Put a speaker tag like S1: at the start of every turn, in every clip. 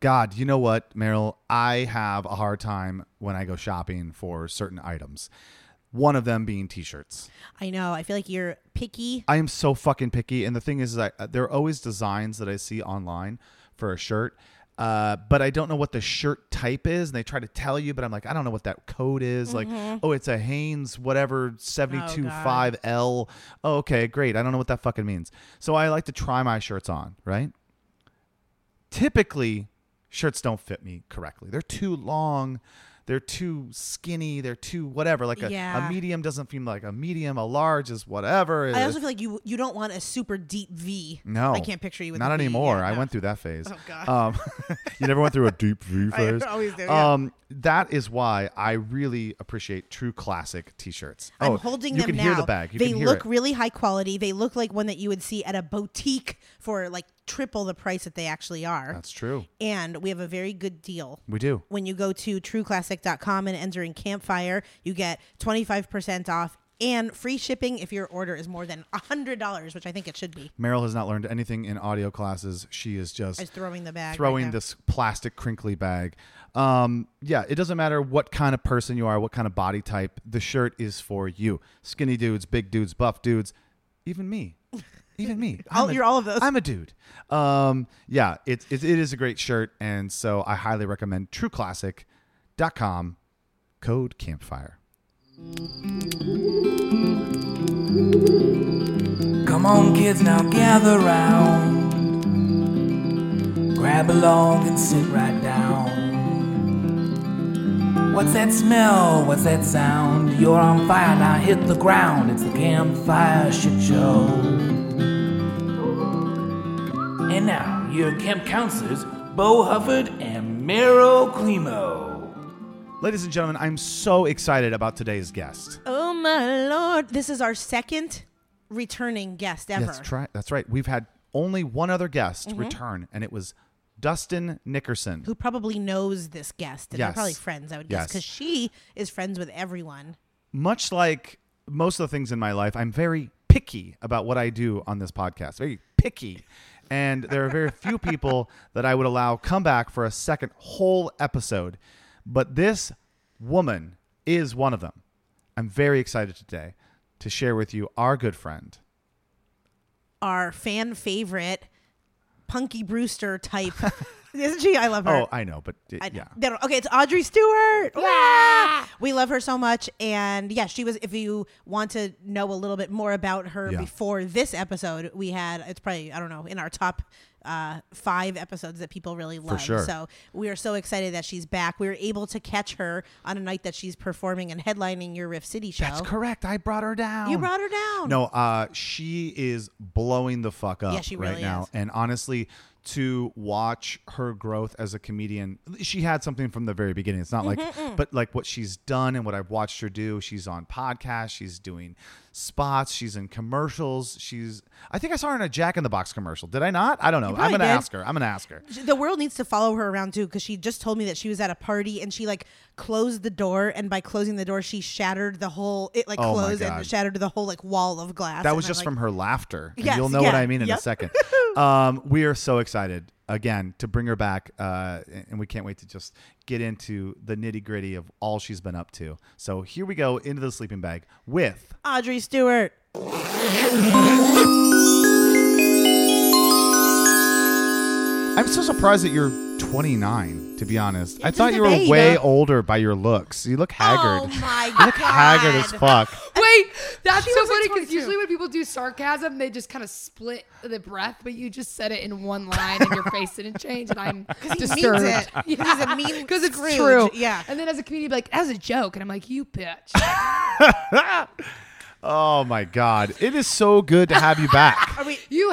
S1: God, you know what, Meryl? I have a hard time when I go shopping for certain items. One of them being t-shirts.
S2: I know. I feel like you're picky.
S1: I am so fucking picky, and the thing is, is I, uh, there are always designs that I see online for a shirt, uh, but I don't know what the shirt type is, and they try to tell you, but I'm like, I don't know what that code is.
S2: Mm-hmm.
S1: Like, oh, it's a Hanes whatever seventy two five L. Oh, okay, great. I don't know what that fucking means. So I like to try my shirts on, right? typically shirts don't fit me correctly. They're too long, they're too skinny, they're too whatever. Like a,
S2: Yeah.
S1: a medium doesn't seem like a medium, a large is whatever.
S2: I also feel like you you don't want a super deep V.
S1: no,
S2: I can't picture you with
S1: not
S2: a V.
S1: anymore.
S2: Yeah,
S1: I
S2: no.
S1: went through that phase.
S2: Oh, God.
S1: Um, you never went through a deep V
S2: I
S1: phase.
S2: always do, yeah.
S1: Um, that is why I really appreciate true classic T-shirts.
S2: I'm
S1: oh,
S2: holding
S1: you
S2: them
S1: can
S2: now.
S1: hear the bag. You
S2: they
S1: can hear
S2: look
S1: it.
S2: really high quality. They look like one that you would see at a boutique for like triple the price that they actually are.
S1: That's true.
S2: and we have a very good deal.
S1: We do.
S2: When you go to trueclassic.com and enter in campfire, you get 25% off and free shipping if your order is more than $100, which I think it should be.
S1: Meryl has not learned anything in audio classes. She is just
S2: I was throwing the bag. right
S1: throwing
S2: now.
S1: this plastic crinkly bag. Um, yeah, it doesn't matter what kind of person you are, what kind of body type, the shirt is for you. Skinny dudes, big dudes, buff dudes, even me. Even me.
S2: All-
S1: I'm a-
S2: you're all of those.
S1: I'm a dude. Um, yeah, it's it, it is a great shirt. And so I highly recommend trueclassic.com, code campfire.
S3: Come on, kids, now gather round. Grab along and sit right down. What's that smell? What's that sound? You're on fire, now hit the ground. It's the campfire shit show. And now, your camp counselors, Bo Hufford and Meryl Climo.
S1: Ladies and gentlemen, I'm so excited about today's guest.
S2: Oh my lord. This is our second returning guest ever.
S1: That's right. That's right. We've had only one other guest
S2: Mm-hmm.
S1: return, and it was Dustin Nickerson.
S2: Who probably knows this guest. And they're
S1: Yes.
S2: probably friends, I would guess,
S1: Yes.
S2: because she is friends with everyone.
S1: Much like most of the things in my life, I'm very picky about what I do on this podcast. Very picky. And there are very few people that I would allow come back for a second whole episode. But this woman is one of them. I'm very excited today to share with you our good friend.
S2: Our fan favorite, Punky Brewster type. Isn't she? I love her.
S1: Oh, I know, but uh,
S2: I-
S1: yeah.
S2: they don't- okay, it's Audrey Stewart. Wah! We love her so much. And yeah, she was, if you want to know a little bit more about her
S1: Yeah.
S2: before this episode, we had, it's probably, I don't know, in our top uh, five episodes that people really love.
S1: sure.
S2: So we are so excited that she's back. We were able to catch her on a night that she's performing and headlining your Riff City show.
S1: That's correct. I brought her down.
S2: You brought her down.
S1: No, uh, she is blowing the fuck up
S2: Yeah, she
S1: right
S2: really
S1: now.
S2: is.
S1: And honestly, to watch her growth as a comedian, she had something from the very beginning. It's not like, but like what she's done and what I've watched her do. She's on podcasts, she's doing spots, she's in commercials. She's, I think I saw her in a Jack in the Box commercial. Did I not? I don't know. I'm
S2: probably
S1: going to
S2: did.
S1: ask her. I'm going to ask her.
S2: the world needs to follow her around too because she just told me that she was at a party and she like closed the door and by closing the door she shattered the whole it like
S1: Oh, my
S2: closed and
S1: God.
S2: shattered the whole like wall of glass
S1: That
S2: And
S1: was
S2: I'm
S1: just
S2: like,
S1: from her laughter. and
S2: Yes,
S1: You'll know what
S2: yeah,
S1: I mean in a
S2: yep.
S1: second. um, we are so excited again to bring her back, uh, and we can't wait to just get into the nitty gritty of all she's been up to. So here we go into the sleeping bag with
S2: audrey stewart
S1: I'm so surprised that you're 29. To be honest, I
S2: It's
S1: thought
S2: just
S1: you
S2: a
S1: were
S2: baby.
S1: way older by your looks. You look haggard.
S2: oh my
S1: you
S2: god
S1: look haggard as fuck.
S4: Wait, that's so
S5: was, like,
S4: funny because
S5: 22.
S4: usually when people do sarcasm, they just kind of split the breath, but you just said it in one line and your face didn't change, and I'm
S2: means
S4: disturbed.
S2: it. He's a mean
S4: because it's
S2: Scrooge,
S4: true.
S2: yeah.
S4: And then as a comedian, be like, "That was a joke," and I'm like, "You bitch."
S1: Oh my god, it is so good to have you back.
S2: are we
S4: You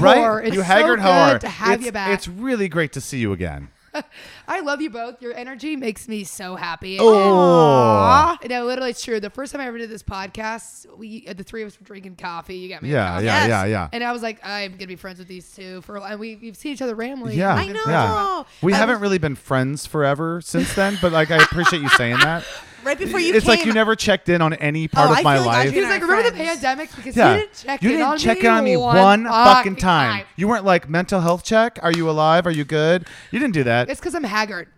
S1: Right,
S4: whore. It's
S1: you haggard
S4: so
S1: whore.
S4: good to have
S1: it's,
S4: you back.
S1: It's really great to see you again.
S4: I love you both. Your energy makes me so happy.
S1: Oh,
S4: No, literally, it's true. The first time I ever did this podcast, we the three of us were drinking coffee. You got me. a
S1: yeah, yeah,
S4: coffee.
S1: yeah,
S2: Oh, Yes.
S1: yeah.
S4: And I was like, I'm gonna be friends with these two for, and we we've seen each other randomly.
S1: Yeah,
S2: I know.
S1: Yeah. We
S2: I
S1: haven't
S2: was-
S1: really been friends forever since then, but like I appreciate you saying that.
S2: Right before you
S1: it's
S2: came,
S1: like you never checked in on any part
S2: Oh,
S1: of
S2: I
S1: my
S2: feel like I
S1: life.
S2: should-
S4: He was like, remember the
S2: friends.
S4: pandemic? Because
S1: yeah.
S4: you didn't check
S1: you
S4: in
S1: didn't
S4: on
S1: check
S4: me
S1: in on me one fucking time. You weren't like mental health check. Are you alive? Are you good? You didn't do that.
S4: It's because I'm haggard.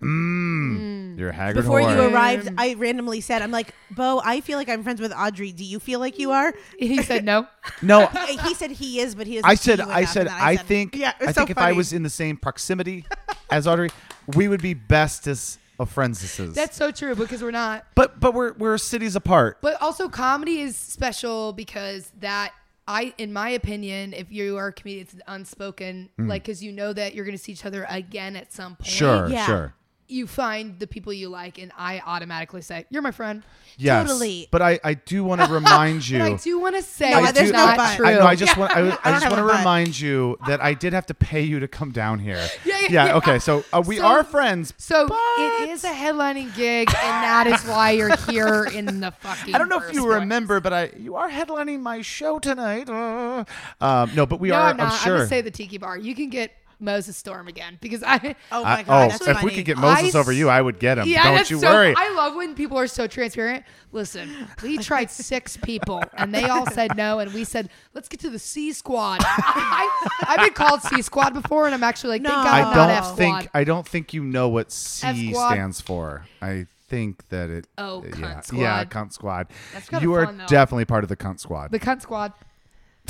S1: You're a haggard
S2: before
S1: whore.
S2: you arrived, I randomly said, "I'm like, Bo, I feel like I'm friends with Audrey. Do you feel like you are?"
S4: He said no.
S1: no,
S2: He said he is, but he doesn't.
S1: I
S2: see
S1: said,
S2: you
S1: I
S2: enough.
S1: said,
S2: And then
S1: I think,
S2: Yeah, it was
S1: I
S2: so
S1: think if I
S2: funny.
S1: was in the same proximity as Audrey, we would be bestest of friendses.
S4: That's so true because we're not.
S1: but but we're we're cities apart.
S4: But also, comedy is special because that I, in my opinion, if you are a comedian, it's unspoken,
S1: Mm.
S4: like because you know that you're going to see each other again at some point.
S1: Sure,
S2: Yeah.
S1: sure.
S4: You find the people you like, and I automatically say, "You're my friend."
S1: Yes.
S2: Totally.
S1: But I I do want to remind you.
S4: But I do want to say,
S2: No,
S4: it's
S2: there's no
S4: not
S2: but.
S4: true.
S1: I know. I just want. I, I
S2: I don't
S1: just
S2: have
S1: want to
S2: a butt.
S1: remind you that I did have to pay you to come down here.
S4: Yeah, yeah, yeah.
S1: Okay. So uh, we
S4: So-
S1: are friends.
S4: So it is a headlining gig, and that is why you're here in the fucking.
S1: I don't know if
S4: first
S1: you
S4: place.
S1: remember, but I you are headlining my show tonight. Uh, um, no, but we
S4: No,
S1: are.
S4: I'm not.
S1: sure.
S4: gonna say the tiki bar. You can get Moses Storm again because I.
S2: Oh
S1: I-
S2: my god, that's
S1: if
S2: funny.
S1: we could get
S4: I
S1: Moses over you, I would get him.
S4: Yeah,
S1: Don't
S4: that's
S1: you
S4: so,
S1: worry.
S4: I love when people are so transparent. Listen, we tried six people and they all said no, and we said let's get to the C squad. I, I've been called C squad before, and I'm actually like,
S2: No.
S4: thank God
S1: I
S4: I'm
S1: don't
S4: not F
S1: think
S4: squad.
S1: I don't think you know what C
S4: F squad.
S1: stands for. I think that it. uh,
S4: Oh, cunt
S1: yeah,
S4: squad.
S1: Yeah, cunt squad.
S4: That's kinda
S1: you are
S4: fun, though.
S1: definitely part of the cunt squad.
S4: the cunt squad.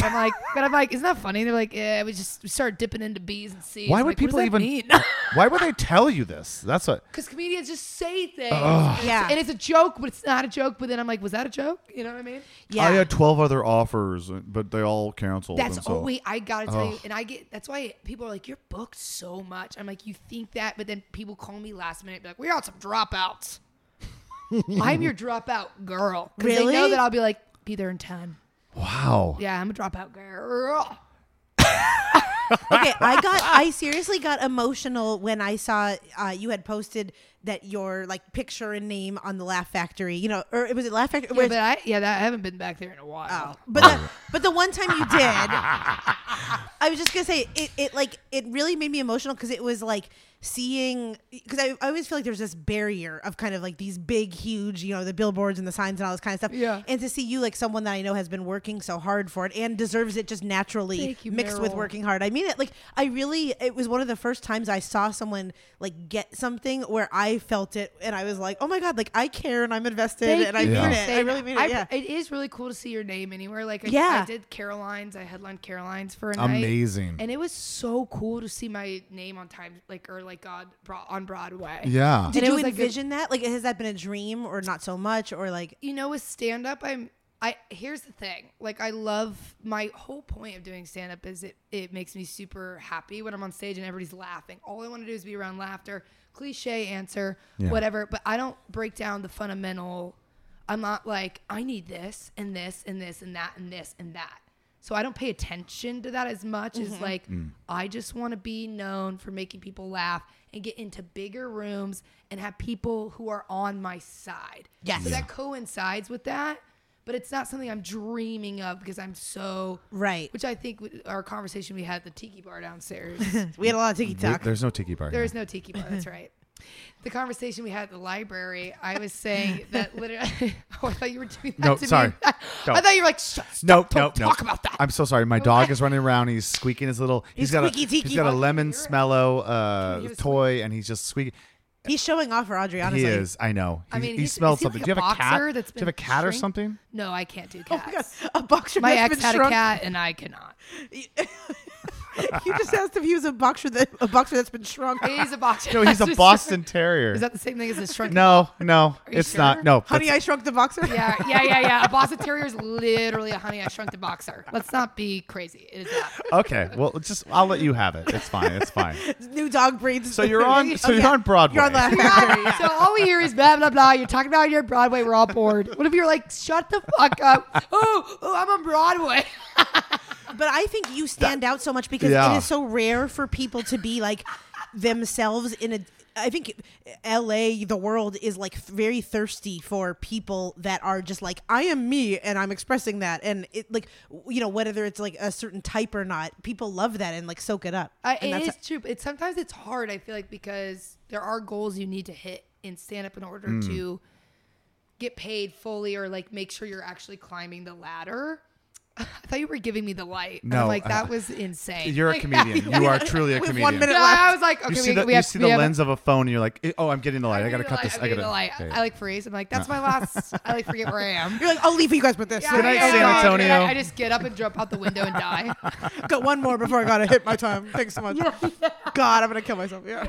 S4: I'm like, but I'm like, isn't that funny? They're like, yeah, we just we started dipping into B's and C's.
S1: Why
S4: I'm
S1: would
S4: like,
S1: people
S4: what does
S1: even?
S4: that mean?
S1: why would they tell you this? That's what.
S4: Because comedians just say things.
S2: Yeah.
S4: And it's a joke, but it's not a joke. But then I'm like, was that a joke? You know what I mean?
S2: yeah.
S1: I uh, had twelve other offers, but they all canceled.
S4: That's
S1: and so-
S4: oh wait, I gotta tell you,
S1: Ugh.
S4: and I get that's why people are like, you're booked so much. I'm like, you think that, but then people call me last minute, be like, we're on some dropouts. I'm your dropout girl. 'Cause They know
S2: Really?
S4: that I'll be like, be there in time.
S1: Wow.
S4: Yeah, I'm a dropout girl.
S2: okay, I got I seriously got emotional when I saw uh, you had posted that your like picture and name on the Laugh Factory, you know, or it was it Laugh Factory?
S4: Yeah,
S2: where
S4: but
S2: it's-
S4: I yeah, that, I haven't been back there in a while.
S2: oh. but the, but the one time you did, I was just gonna say it. It like it really made me emotional because it was like seeing because I, I always feel like there's this barrier of kind of like these big huge you know the billboards and the signs and all this kind of stuff
S4: Yeah.
S2: and to see you like someone that i know has been working so hard for it and deserves it just naturally
S4: Thank you,
S2: mixed with
S4: Meryl.
S2: working hard. I mean it like I really it was one of the first times I saw someone like get something where I felt it and I was like, "Oh my god, like I care and I'm invested
S4: Thank
S2: and I
S4: you
S2: mean
S4: for
S2: it. I
S4: saying
S2: really
S4: that.
S2: mean it."
S4: I-
S2: yeah.
S4: It is really cool to see your name anywhere. Like I,
S2: Yeah.
S4: I did Caroline's. I headlined Caroline's for a night.
S1: Amazing.
S4: And it was so cool to see my name on time, like or like God Bro- on Broadway.
S1: yeah.
S2: Did
S4: it
S2: you
S4: was like a-
S2: envision that? Like has that been a dream or not so much or like
S4: you know with stand up i'm i here's the thing like i love my whole point of doing stand up is it it makes me super happy when i'm on stage and everybody's laughing all i want to do is be around laughter cliche answer whatever but i don't break down the fundamental i'm not like i need this and this and this and that and this and that so i don't pay attention to that as much as like i just want to be known for making people laugh and get into bigger rooms and have people who are on my side
S2: Yes.
S4: so that coincides with that, but it's not something I'm dreaming of because I'm so
S2: right.
S4: Which I think w- our conversation we had at the tiki bar downstairs.
S2: We had a lot of
S1: There-
S2: TikTok.
S1: There's no tiki bar.
S4: there
S1: here.
S4: is no tiki bar. That's right. The conversation we had at the library, I was saying that literally. oh, I thought you were doing that
S1: No,
S4: to
S1: sorry.
S4: me. I
S1: Go.
S4: thought you were like, Shut,
S1: No,
S4: stop,
S1: no,
S4: don't
S1: no.
S4: talk about that.
S1: I'm so sorry. My dog is running around. He's squeaking his little. he's
S2: He's
S1: got a.
S2: squeaky tiki
S1: He's got a
S2: bar.
S1: lemon smello uh,
S4: He was
S1: toy, and he's just squeaking.
S2: He's showing off for Audrey honestly.
S1: He is. I know. He,
S4: I mean,
S1: he
S4: he's-
S1: smelled
S4: is he
S1: something.
S4: like
S1: Do you
S4: a
S1: have a
S4: boxer
S1: cat?
S4: that's
S1: Do you have a
S4: been
S1: cat or
S4: shrink-
S1: something?
S4: no, I can't do
S2: Oh my god.
S4: cats.
S2: A boxer
S4: my
S2: that's
S4: ex
S2: been
S4: had a
S2: shrunk.
S4: cat, and I cannot.
S2: you just asked if he was a boxer that a boxer that's been shrunk.
S4: He's a boxer.
S1: No, he's a
S4: Just-
S1: Boston Terrier.
S4: Is that the same thing as a shrunken?
S1: no, no,
S4: you
S1: it's not.
S4: sure?
S1: No,
S2: Honey,
S1: that's-
S2: I shrunk the boxer.
S4: Yeah, yeah, yeah, yeah. A Boston Terrier is literally a Honey I Shrunk the Boxer. Let's not be crazy. It is not.
S1: okay. Well, just I'll let you have it. It's fine. It's fine.
S2: New dog breeds.
S1: So you're on. So
S2: Oh,
S1: you're
S2: yeah.
S1: on Broadway.
S2: You're on Laugh Factory. yeah.
S4: So all we hear is blah blah blah. You're talking about your Broadway. We're all bored. What if you're like, shut the fuck up? Oh, oh, I'm on Broadway.
S2: But I think you stand out so much because
S1: Yeah.
S2: it is so rare for people to be like themselves in a. I think LA, the world is like very thirsty for people that are just like, I am me and I'm expressing that. And it, like, you know, whether it's like a certain type or not, people love that and like soak it up.
S4: I,
S2: and
S4: it is true. It's sometimes it's
S1: Mm.
S4: hard. I feel like because there are goals you need to hit in stand up in order to get paid fully or like make sure you're actually climbing the ladder. I thought you were giving me the light. And
S1: No,
S4: I'm like that
S1: uh,
S4: was insane.
S1: You're a
S4: Like,
S1: comedian. You are truly a
S2: We have
S1: comedian.
S2: one minute
S4: Yeah, I was like, okay,
S1: You
S4: we,
S1: see the,
S4: we
S1: you
S4: have
S1: see
S4: we
S1: the
S4: have-
S1: lens of a phone, and you're like, "Eh, "Oh, I'm getting the light. I,
S4: need
S1: gotta
S4: the
S1: cut
S4: light,
S1: this.
S4: I,
S1: I
S4: need the
S1: gotta."
S4: light.
S1: okay.
S4: I like freeze. I'm like, that's my last. I like forget where I am.
S2: You're like, I'll leave you guys with this.
S1: Good night,
S4: I- I-
S1: San
S4: I-
S1: Antonio.
S4: I, I just get up and jump out the window and die.
S2: Got one more before I gotta hit my time. Thanks so much. God, I'm gonna kill myself. Yeah.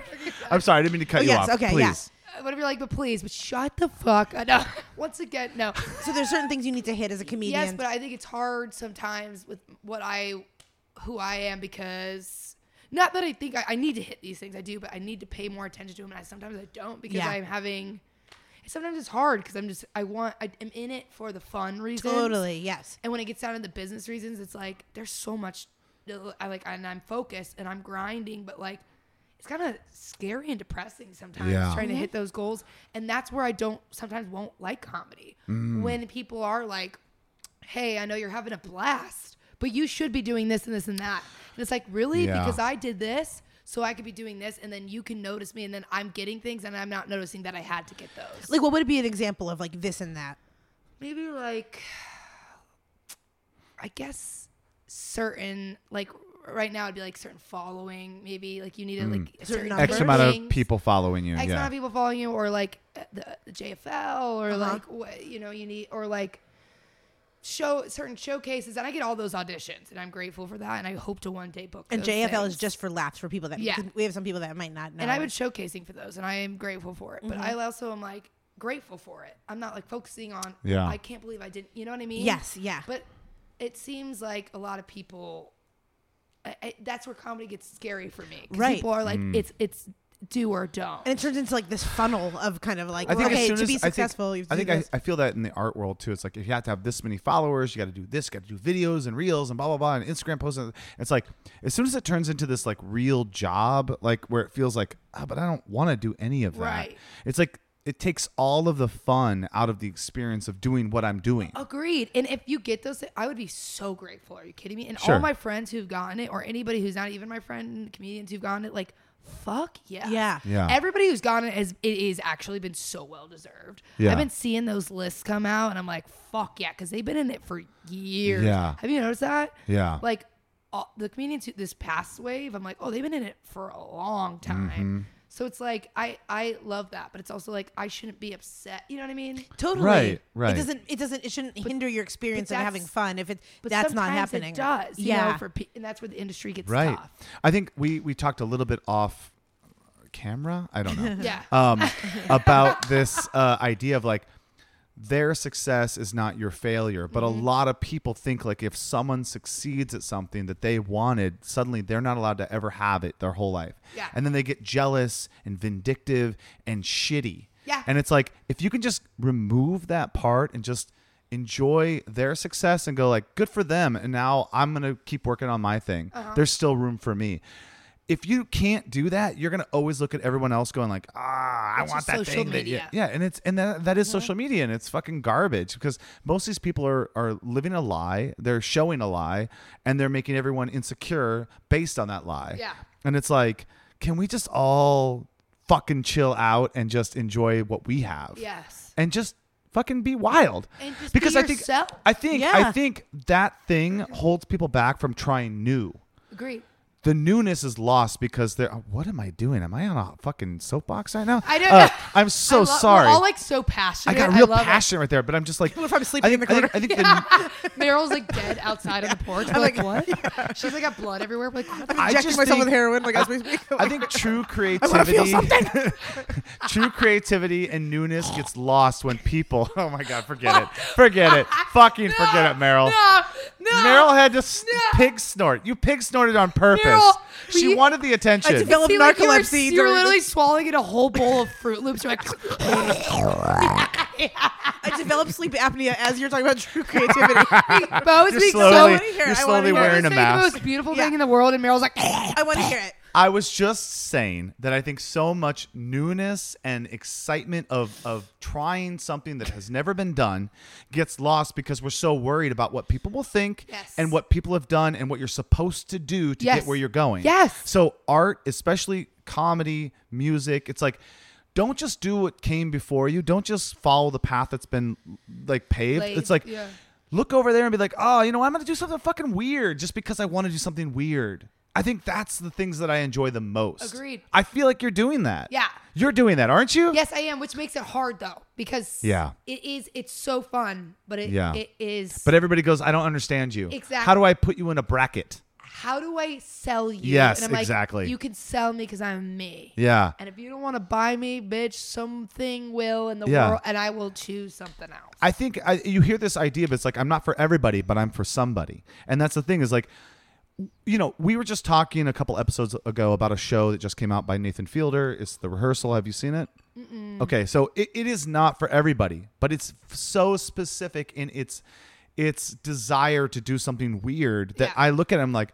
S1: I'm sorry, I didn't mean to cut
S2: Oh,
S1: you
S2: yes,
S1: off.
S2: okay, yeah.
S1: please.
S4: Whatever you like, but please, but shut the fuck up. No. Once again, no.
S2: So there's certain things you need to hit as a comedian.
S4: Yes, but I think it's hard sometimes with what I, who I am, because not that I think I, I need to hit these things, I do, but I need to pay more attention to them, and I sometimes I don't because
S2: Yeah.
S4: I'm having. Sometimes it's hard because I'm just I want I am in it for the fun reasons.
S2: totally, yes.
S4: And when it gets down to the business reasons, it's like there's so much. I like, and I'm focused and I'm grinding, but like, it's kind of scary and depressing sometimes
S1: Yeah.
S4: trying to hit those goals. And that's where I don't sometimes won't like comedy
S1: Mm.
S4: when people are like, "Hey, I know you're having a blast, but you should be doing this and this and that." And it's like, really,
S1: Yeah.
S4: because I did this. So I could be doing this, and then you can notice me, and then I'm getting things, and I'm not noticing that I had to get those.
S2: Like, what would be an example of like this and that?
S4: maybe like I guess certain like right now it'd be like certain following maybe like you need to like a certain
S2: number.
S1: Mm. X
S4: number
S1: amount of
S4: things.
S1: people following you.
S4: X
S1: yeah.
S4: amount of people following you or like uh, the, the JFL or
S2: Uh-huh.
S4: like what you know you need or like show certain showcases and I get all those auditions and I'm grateful for that and I hope to one day book
S2: And
S4: those
S2: JFL is
S4: things.
S2: just for laughs for people that
S4: Yeah.
S2: we have some people that Mm-hmm. might not know.
S4: And I've been showcasing for those, and I am grateful for it. But I also am like grateful for it. I'm not like focusing on.
S1: Yeah.
S4: I can't believe I didn't. You know what I mean?
S2: Yes, yeah.
S4: But it seems like a lot of people. I, I, that's where comedy gets scary for me. 'cause
S2: Right. Mm.
S4: People are like, it's it's do or don't.
S2: and it turns into like this funnel of kind of like okay, to
S1: I
S2: be
S1: think-
S2: successful, you have to
S1: I
S2: do
S1: think, I,
S2: this.
S1: I, feel that in the art world too. It's like if you have to have this many followers, you got to do this, got to do videos and reels and blah blah blah and Instagram posts. And it's like as soon as it turns into this like real job, like where it feels like, ah, but I don't want to do any of that.
S4: Right.
S1: It's like it takes all of the fun out of the experience of doing what I'm doing.
S4: Agreed. And if you get those, I would be so grateful. Are you kidding me? And
S1: Sure.
S4: all my friends who've gotten it, or anybody who's not even my friend, comedians who've gotten it, like, fuck yeah.
S2: Yeah.
S1: Yeah.
S4: Everybody who's gotten it has it is actually been so well deserved.
S1: Yeah.
S4: I've been seeing those lists come out and I'm like, fuck yeah, because they've been in it for years.
S1: Yeah.
S4: Have you noticed that?
S1: Yeah.
S4: Like all, the comedians who this past wave, I'm like, oh, they've been in it for a long time.
S1: Mm-hmm.
S4: So it's like I I love that, but it's also like I shouldn't be upset. You know what I mean?
S2: Totally.
S1: Right, right.
S2: It doesn't. It doesn't. It shouldn't hinder your experience of
S4: that's-
S2: having fun if it's
S4: But
S2: that's not
S4: sometimes
S2: happening.
S4: It does, yeah.
S2: yeah.
S4: for pe- and that's where the industry gets
S1: right.
S4: tough.
S1: I think we we talked a little bit off camera. I don't know.
S4: Yeah.
S1: um, about this uh, idea of like their success is not your failure but
S4: Mm-hmm.
S1: a lot of people think like if someone succeeds at something that they wanted suddenly they're not allowed to ever have it their whole life
S4: Yeah.
S1: and then they get jealous and vindictive and shitty
S4: Yeah.
S1: and it's like if you can just remove that part and just enjoy their success and go like good for them and now i'm gonna keep working on my thing
S4: Uh-huh.
S1: there's still room for me if you can't do that you're gonna always look at everyone else going like ah i
S4: It's
S1: want
S4: just
S1: that
S4: social
S1: thing that you-"
S4: media.
S1: yeah and it's and that, that is social media and it's fucking garbage because most of these people are are living a lie they're showing a lie and they're making everyone insecure based on that lie
S4: Yeah.
S1: and it's like can we just all fucking chill out and just enjoy what we have
S4: Yes.
S1: and just fucking be wild
S4: And just be
S1: because i think
S4: yourself.
S1: i think i
S2: Yeah.
S1: think that thing holds people back from trying new
S4: Agreed.
S1: the newness is lost because they're. oh, What am I doing? Am I on a fucking soapbox right now? Uh,
S4: I don't know.
S1: I'm so
S4: I lo-
S1: sorry.
S4: We're all like so passionate.
S1: I got real
S4: love it.
S1: passionate right there, but I'm just like.
S2: What if I'm sleeping
S1: I
S2: in
S1: think,
S2: the
S1: I think, I think the,
S4: Meryl's like dead outside on the porch. We're like, what? She's like got blood everywhere. We're like, what the
S1: I
S2: Injecting
S1: just
S2: myself
S1: think-
S2: with heroin, like as we speak.
S1: I think true
S2: wanna feel
S1: creativity, true creativity and newness gets lost when people. Oh my god, forget it, forget it, fucking forget it, Meryl.
S4: No, no.
S1: Meryl had to s-
S4: No.
S1: pig snort. You pig snorted on purpose.
S4: Meryl,
S1: she
S4: we-
S1: wanted the attention.
S2: I developed
S4: See, like, you were-
S2: narcolepsy.
S4: You were
S2: during-
S4: literally swallowing in a whole bowl of Fruit Loops. You're like,
S2: I developed sleep apnea as you're talking about true creativity.
S4: Bo is
S1: You're
S4: being
S1: slowly,
S4: so.
S2: many
S1: you're
S2: here. I wanna
S1: slowly
S2: hear it.
S1: wearing a
S4: Saying
S1: mask.
S4: The most beautiful
S2: Yeah.
S4: thing in the world, and Meryl's like,
S2: I want to hear it.
S1: I was just saying that I think so much newness and excitement of of trying something that has never been done gets lost because we're so worried about what people will think
S4: Yes.
S1: and what people have done and what you're supposed to do to
S4: Yes.
S1: get where you're going.
S4: Yes.
S1: So art, especially comedy, music, it's like don't just do what came before you. Don't just follow the path that's been like paved.
S4: Laid,
S1: it's like
S4: yeah.
S1: look over there and be like, oh, you know, I'm gonna do something fucking weird just because I want to do something weird. I think that's the things that I enjoy the most.
S4: Agreed.
S1: I feel like you're doing that.
S4: Yeah.
S1: You're doing that, aren't you?
S4: Yes, I am, which makes it hard though because
S1: Yeah.
S4: it is. It's so fun, but it
S1: Yeah.
S4: it is.
S1: But everybody goes, I don't understand you.
S4: Exactly.
S1: How do I put you in a bracket?
S4: how do I sell you?
S1: Yes,
S4: and I'm like,
S1: exactly.
S4: you can sell me because I'm me.
S1: Yeah.
S4: And if you don't want to buy me, bitch, something will in the
S1: Yeah.
S4: world, and I will choose something else.
S1: I think I, you hear this idea, but it's like I'm not for everybody, but I'm for somebody, and that's the thing is like, you know, we were just talking a couple episodes ago about a show that just came out by Nathan Fielder. It's the rehearsal. Have you seen it? Okay, so it, it is not for everybody, but it's f- so specific in its its desire to do something weird that
S4: Yeah.
S1: I look at it, I'm like,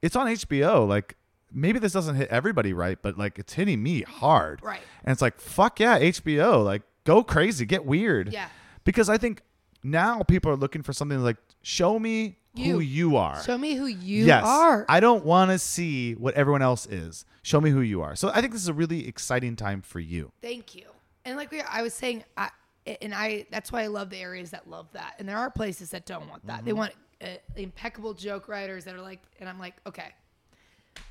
S1: it's on HBO. Like maybe this doesn't hit everybody right, but like it's hitting me hard.
S4: Right.
S1: And it's like, fuck yeah, HBO. Like go crazy, get weird.
S4: Yeah.
S1: Because I think now people are looking for something like show me
S4: You.
S1: who you are.
S4: Show me who you
S1: yes.
S4: are.
S1: I don't want to see what everyone else is. Show me who you are. So I think this is a really exciting time for you.
S4: Thank you. And like we, I was saying, I and I. That's why I love the areas that love that, and there are places that don't want that. They want uh, impeccable joke writers that are like, and I'm like, okay,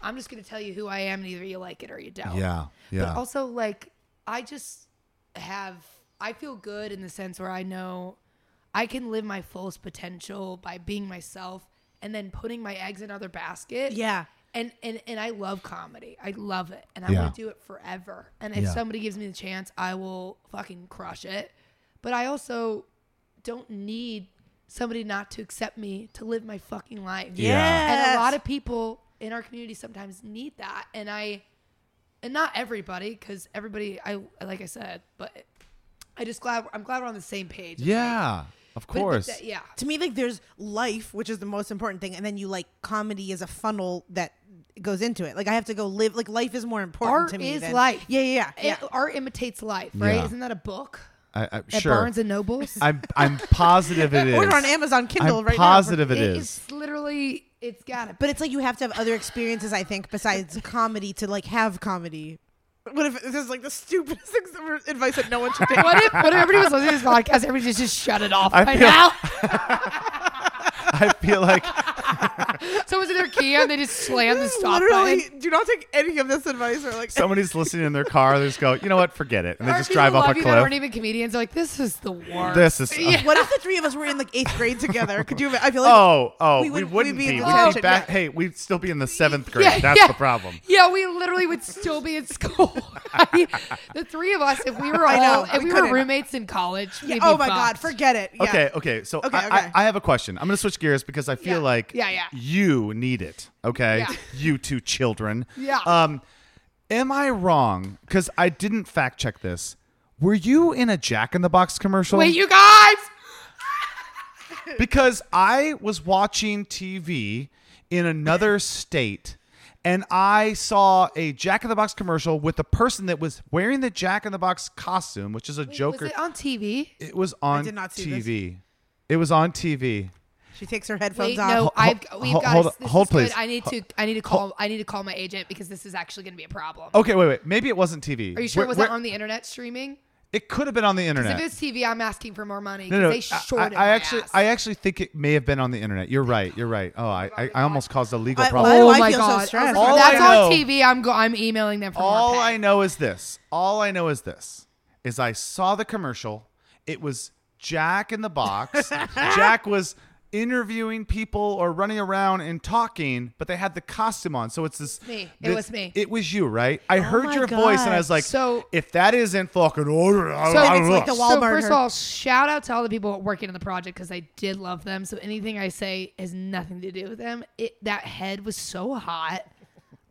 S4: I'm just gonna tell you who I am, and either you like it or you don't.
S1: Yeah, yeah.
S4: But also, like, I just have. I feel good in the sense where I know I can live my fullest potential by being myself, and then putting my eggs in other basket.
S2: Yeah.
S4: And, and and I love comedy. I love it, and I
S1: Yeah.
S4: want to do it forever. And if
S1: Yeah.
S4: somebody gives me the chance, I will fucking crush it. But I also don't need somebody not to accept me to live my fucking life.
S1: Yeah.
S4: And
S2: Yes.
S4: a lot of people in our community sometimes need that, and I, and not everybody, because everybody, I like I said, but I just glad I'm glad we're on the same page.
S1: Yeah, of
S4: But- but
S1: course.
S4: that- yeah.
S2: to me like there's life which is the most important thing and then you like comedy is a funnel that goes into it like i have to go live like life is more important
S4: Art
S2: to me
S4: is
S2: than-
S4: life.
S2: yeah yeah yeah,
S4: It- art imitates life, right?
S1: Yeah.
S4: Isn't that a book
S1: I, I,
S4: at
S1: sure.
S4: Barnes and Nobles?
S1: I'm I'm positive it is.
S2: order on amazon kindle
S1: I'm
S2: right
S1: positive
S2: now
S1: it is.
S4: It's literally, it's got to
S2: but it's like you have to have other experiences i think besides comedy to like have comedy what if this is like the stupidest things ever- advice that no one should take
S4: What if, what if everybody was listening to this podcast, everybody just, just shut it off
S1: I
S4: right
S1: feel-
S4: now?
S1: I feel like
S4: Someone's in their Kia and they just slam the stop
S2: literally
S4: button.
S2: do not take any of this advice or like
S1: somebody's listening in their car. They just go, you know what? Forget it, and they
S4: Or
S1: just
S4: people
S1: drive off a
S4: love you That aren't
S1: cliff.
S4: even comedians. They're like, this is the worst.
S1: This is
S4: Yeah.
S2: what if the three of us were in like eighth grade together could you i feel like
S1: oh oh.
S2: We
S1: We,
S2: wouldn't-
S1: wouldn't
S2: we'd
S1: be.
S2: be in
S1: We'd
S2: detention,
S1: be back.
S2: yeah.
S1: Hey, we'd still be in the seventh grade.
S4: Yeah,
S1: That's
S4: yeah.
S1: the problem.
S4: Yeah, we literally would still be in school. I- the three of us, if we were
S2: I
S4: all,
S2: know,
S4: if
S2: we
S4: we, were
S2: couldn't.
S4: roommates in college, we'd be
S2: oh my god
S4: fucked.
S2: forget it yeah.
S1: Okay, okay. So
S2: Okay,
S1: I, I-
S2: okay.
S1: I, have a question. I'm gonna switch gears because I feel
S4: Yeah.
S1: like
S4: Yeah, yeah.
S1: you need it. Okay,
S4: Yeah.
S1: you two children.
S4: Yeah.
S1: Um, am I wrong? Because I didn't fact check this. Were you in a Jack in the Box commercial?
S4: Wait, you guys.
S1: because I was watching TV in another state and I saw a Jack in the Box commercial with a person that was wearing the Jack in the Box costume, which is a Joker.
S4: Was it on TV?
S1: It was on
S2: did not see this.
S1: TV. It was on TV.
S2: she takes her headphones
S4: Wait,
S2: off
S4: no, I've we've
S1: hold-
S4: got
S1: hold-
S4: this is
S1: hold, please.
S4: Good. I need to I need to call I need to call my agent because this is actually going to be a problem.
S1: Okay, wait, wait. Maybe it wasn't TV.
S4: Are you sure
S1: Oh, Where- where-
S4: it wasn't on the internet streaming?
S1: It could have been on the internet.
S4: Because if it's TV, I'm asking for more money
S1: no, no.
S4: because they
S1: I-
S4: shorted
S1: I, I
S4: my
S1: actually,
S4: ass.
S1: I actually think it may have been on the internet. You're right. You're right. Oh, I, I, I almost caused a legal
S2: I-
S1: problem.
S2: Oh,
S4: oh
S2: I
S4: my
S2: feel so
S4: god!
S2: stressed.
S4: All
S1: All
S4: that's
S1: I know-
S4: on TV. I'm go- I'm emailing them for
S1: All
S4: more pay.
S1: I know is this. All I know is this. Is I saw the commercial. It was Jack in the box. Jack was interviewing people or running around and talking, but they had the costume on. So it's this.
S4: me. It
S1: this-
S4: was me. Oh
S1: It was you, right? I heard
S2: my
S1: your voice and
S2: God.
S1: I was like,
S4: So-
S1: if that isn't fucking order, Oh, I don't
S2: it's like
S1: know.
S2: the Walmart
S4: So first
S2: or-
S4: of all, shout out to all the people working on the project because I did love them. So anything I say has nothing to do with them. It that head was so hot.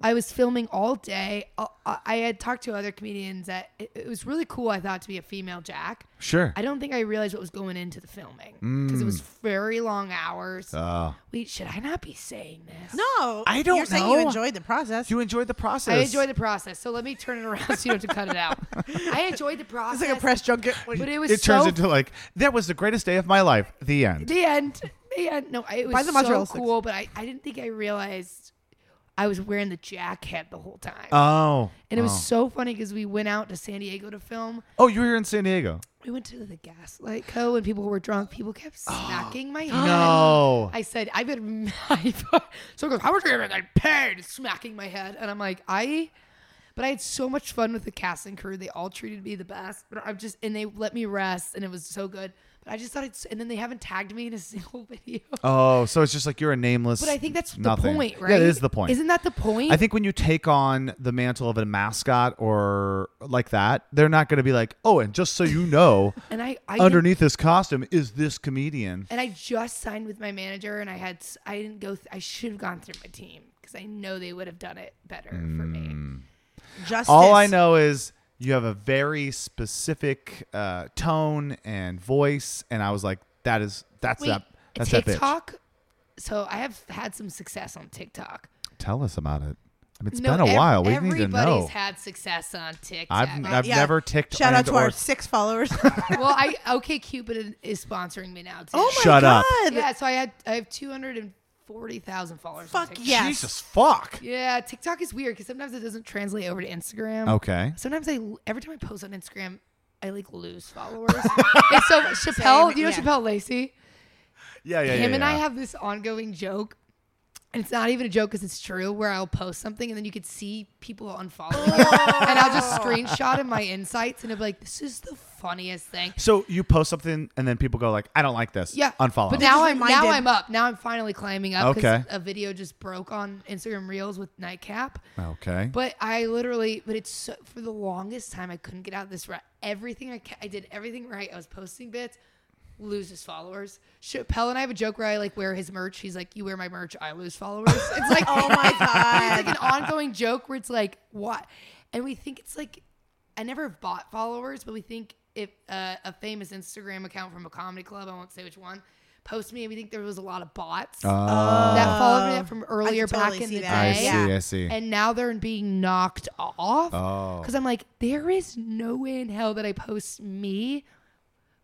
S4: I was filming all day. I, I I had talked to other comedians that it, it was really cool. I thought to be a female Jack.
S1: Sure. Mm.
S4: I don't think I realized what was going into the filming because it was very long hours.
S1: Ah.
S4: Wait, should I not be saying this?
S2: No,
S1: I don't
S2: You're saying
S1: know.
S2: you enjoyed the process.
S1: You enjoyed the process.
S4: I enjoyed the process. So let me turn it around so you don't have to cut it out. I enjoyed the
S2: it's
S4: process.
S2: like a press junket.
S4: But it was
S1: It turns
S4: so
S1: into like that was the greatest day of my life. The end.
S4: The end. The end. No, I- it was
S2: Buy the
S4: so
S2: mozzarella sticks.
S4: cool, but I, I didn't think I realized. I was wearing the jacket the whole time.
S1: Oh.
S4: and it was
S1: oh.
S4: so funny because we went out to San Diego to film.
S1: Oh, you were here in San Diego.
S4: We went to the Gaslight Co. and people were drunk. People kept smacking my head.
S1: No.
S4: I said, I've been. so goes, how much are you going to paid? Smacking my head, and I'm like, I. But I had so much fun with the cast and crew. They all treated me the best. But I'm just, and they let me rest, and it was so good. But I just thought it's, and then they haven't tagged me in a single video.
S1: Oh, so it's just like you're a nameless.
S4: But I think that's
S1: nothing.
S4: the point, right?
S1: Yeah, it is the point.
S4: Isn't that the point?
S1: I think when you take on the mantle of a mascot or like that, they're not going to be like, oh, and just so you know,
S4: And I, I did-
S1: underneath this costume is this comedian.
S4: and I just signed with my manager, and I had s- I didn't go. Th- I should have gone through my team because I know they would have done it better for
S1: Mm,
S4: me.
S2: Justice.
S1: All I know is you have a very specific uh, tone and voice, and I was like, that is that's that that's that bitch.
S4: TikTok. So I have had some success on TikTok.
S1: Tell us about it. I mean, it's
S4: No,
S1: been a
S4: ev-
S1: while. We need
S4: everybody's
S1: to know.
S4: had success on TikTok.
S1: I've, I've
S2: Yeah.
S1: never ticked.
S2: Shout out
S1: and
S2: to our
S1: or-
S2: six followers.
S4: well, I okay, Cupid is sponsoring me now too.
S2: oh my
S1: Shut
S2: god.
S1: up.
S4: yeah, so I had I have two hundred and forty thousand followers. on
S2: Fuck
S4: TikTok.
S2: yes.
S1: Jesus fuck.
S4: Yeah, TikTok is weird because sometimes it doesn't translate over to Instagram.
S1: Okay.
S4: Sometimes I every time I post on Instagram, I like lose followers. and so Chappelle,
S2: Same,
S4: you know
S2: yeah.
S4: Chappelle Lacey,
S1: Yeah, yeah, yeah.
S4: him and I
S1: yeah.
S4: have this ongoing joke. And it's not even a joke because it's true. Where I'll post something and then you could see people unfollow, me. and I'll just screenshot in my insights and I'll be like, "This is the funniest thing."
S1: So you post something and then people go like, I don't like this.
S4: Yeah,
S1: Unfollow.
S4: But
S2: Just
S4: now I'm now
S2: reminded-
S4: I'm up. Now I'm finally climbing up because
S1: Okay.
S4: a video just broke on Instagram Reels with Nightcap.
S1: okay.
S4: But I literally, but it's so, for the longest time I couldn't get out of this rut. Everything I ca- I did everything right. I was posting bits, loses followers. Chappelle and I have a joke where I like wear his merch. He's like, "You wear my merch, I lose followers." It's like,
S2: Oh my
S4: it's like
S2: god.
S4: an ongoing joke where it's like, "What?" And we think it's like, I never have bought followers, but we think if uh, a famous Instagram account from a comedy club, I won't say which one, post me, and we think there was a lot of bots that followed me from earlier
S2: can
S4: back
S2: totally
S4: in
S2: see
S4: the
S2: that.
S1: I
S4: day
S1: see.
S2: Yeah.
S1: I see.
S4: and now they're being knocked off.
S1: Oh.
S4: Because I'm like, there is no way in hell that I post me